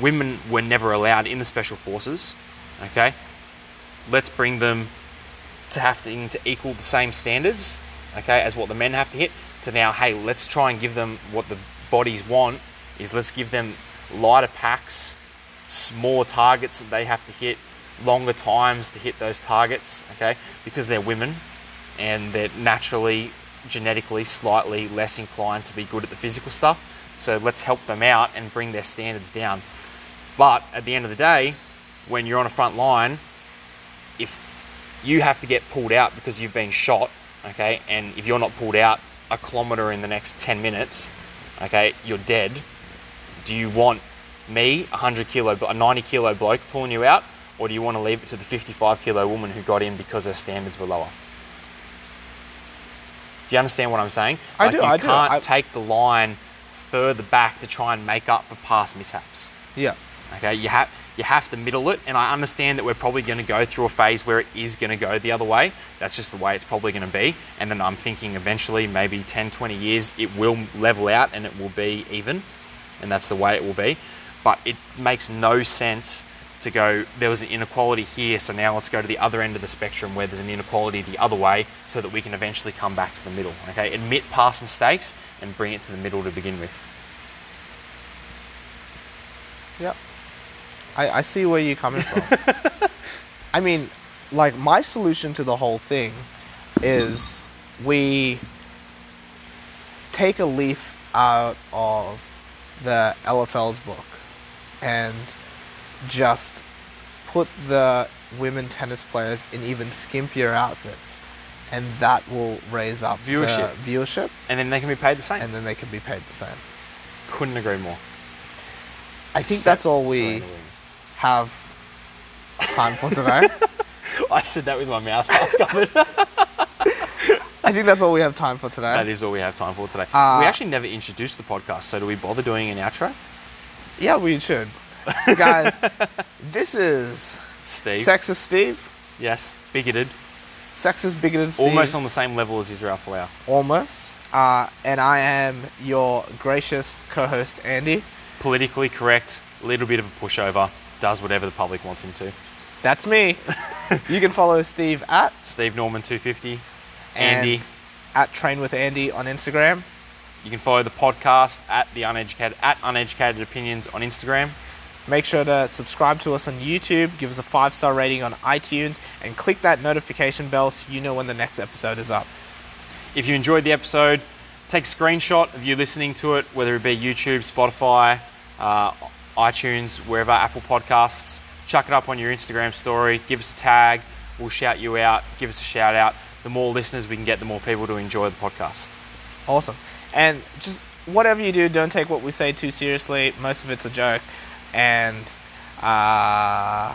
Speaker 2: women were never allowed in the special forces. Okay, let's bring them to having to equal the same standards, okay, as what the men have to hit. To now, hey, let's try and give them what the bodies want. Is let's give them lighter packs, smaller targets that they have to hit, longer times to hit those targets, okay, because they're women and they're naturally genetically slightly less inclined to be good at the physical stuff. So let's help them out and bring their standards down. But at the end of the day, when you're on a front line, if you have to get pulled out because you've been shot, okay, and if you're not pulled out a kilometer in the next 10 minutes, okay, you're dead. Do you want me, a hundred kilo, blo- a ninety kilo bloke pulling you out, or do you want to leave it to the fifty-five kilo woman who got in because her standards were lower? Do you understand what I'm saying?
Speaker 1: I do,
Speaker 2: You
Speaker 1: I do.
Speaker 2: can't
Speaker 1: I-
Speaker 2: take the line further back to try and make up for past mishaps.
Speaker 1: Yeah.
Speaker 2: Okay, you have you have to middle it, and I understand that we're probably going to go through a phase where it is going to go the other way. That's just the way it's probably going to be. And then I'm thinking eventually, maybe 10, 20 years, it will level out and it will be even, and that's the way it will be. But it makes no sense to go. There was an inequality here, so now let's go to the other end of the spectrum where there's an inequality the other way, so that we can eventually come back to the middle. Okay, admit past mistakes and bring it to the middle to begin with.
Speaker 1: Yeah. I, I see where you're coming from. I mean, like, my solution to the whole thing is we take a leaf out of the LFL's book and just put the women tennis players in even skimpier outfits, and that will raise up the
Speaker 2: Viewership.
Speaker 1: viewership,
Speaker 2: And then they can be paid the same.
Speaker 1: and then they can be paid the same.
Speaker 2: Couldn't agree more.
Speaker 1: I think that's all we *laughs* have time for today.
Speaker 2: I said that with my
Speaker 1: *laughs*
Speaker 2: mouth half covered.
Speaker 1: I think that's all we have time for today.
Speaker 2: that is all we have time for today.
Speaker 1: Uh,
Speaker 2: we actually never introduced the podcast, so do we bother doing an outro?
Speaker 1: Yeah, we should. Guys,
Speaker 2: *laughs*
Speaker 1: this is
Speaker 2: Steve.
Speaker 1: Sexist Steve.
Speaker 2: Yes. Bigoted.
Speaker 1: Sexist Bigoted Steve.
Speaker 2: Almost on the same level as Israel Folau.
Speaker 1: Almost. Uh, and I am your gracious co host, Andy.
Speaker 2: Politically correct, little bit of a pushover, does whatever the public wants him to.
Speaker 1: That's
Speaker 2: *laughs*
Speaker 1: me. you can follow Steve at
Speaker 2: Steve Norman 250.
Speaker 1: and
Speaker 2: Andy.
Speaker 1: at Train with Andy on Instagram.
Speaker 2: You can follow the podcast at the uneducated at uneducated opinions on Instagram.
Speaker 1: Make sure to subscribe to us on YouTube, give us a five star rating on iTunes, and click that notification bell so you know when the next episode is up.
Speaker 2: If you enjoyed the episode, take a screenshot of you listening to it, whether it be YouTube, Spotify, uh, iTunes, wherever, Apple Podcasts. Chuck it up on your Instagram story. Give us a tag. We'll shout you out. Give us a shout out. The more listeners we can get, the more people to enjoy the podcast.
Speaker 1: Awesome. And just whatever you do, don't take what we say too seriously. Most of it's a joke. And uh,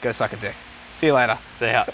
Speaker 1: go suck a dick. See you later.
Speaker 2: See ya.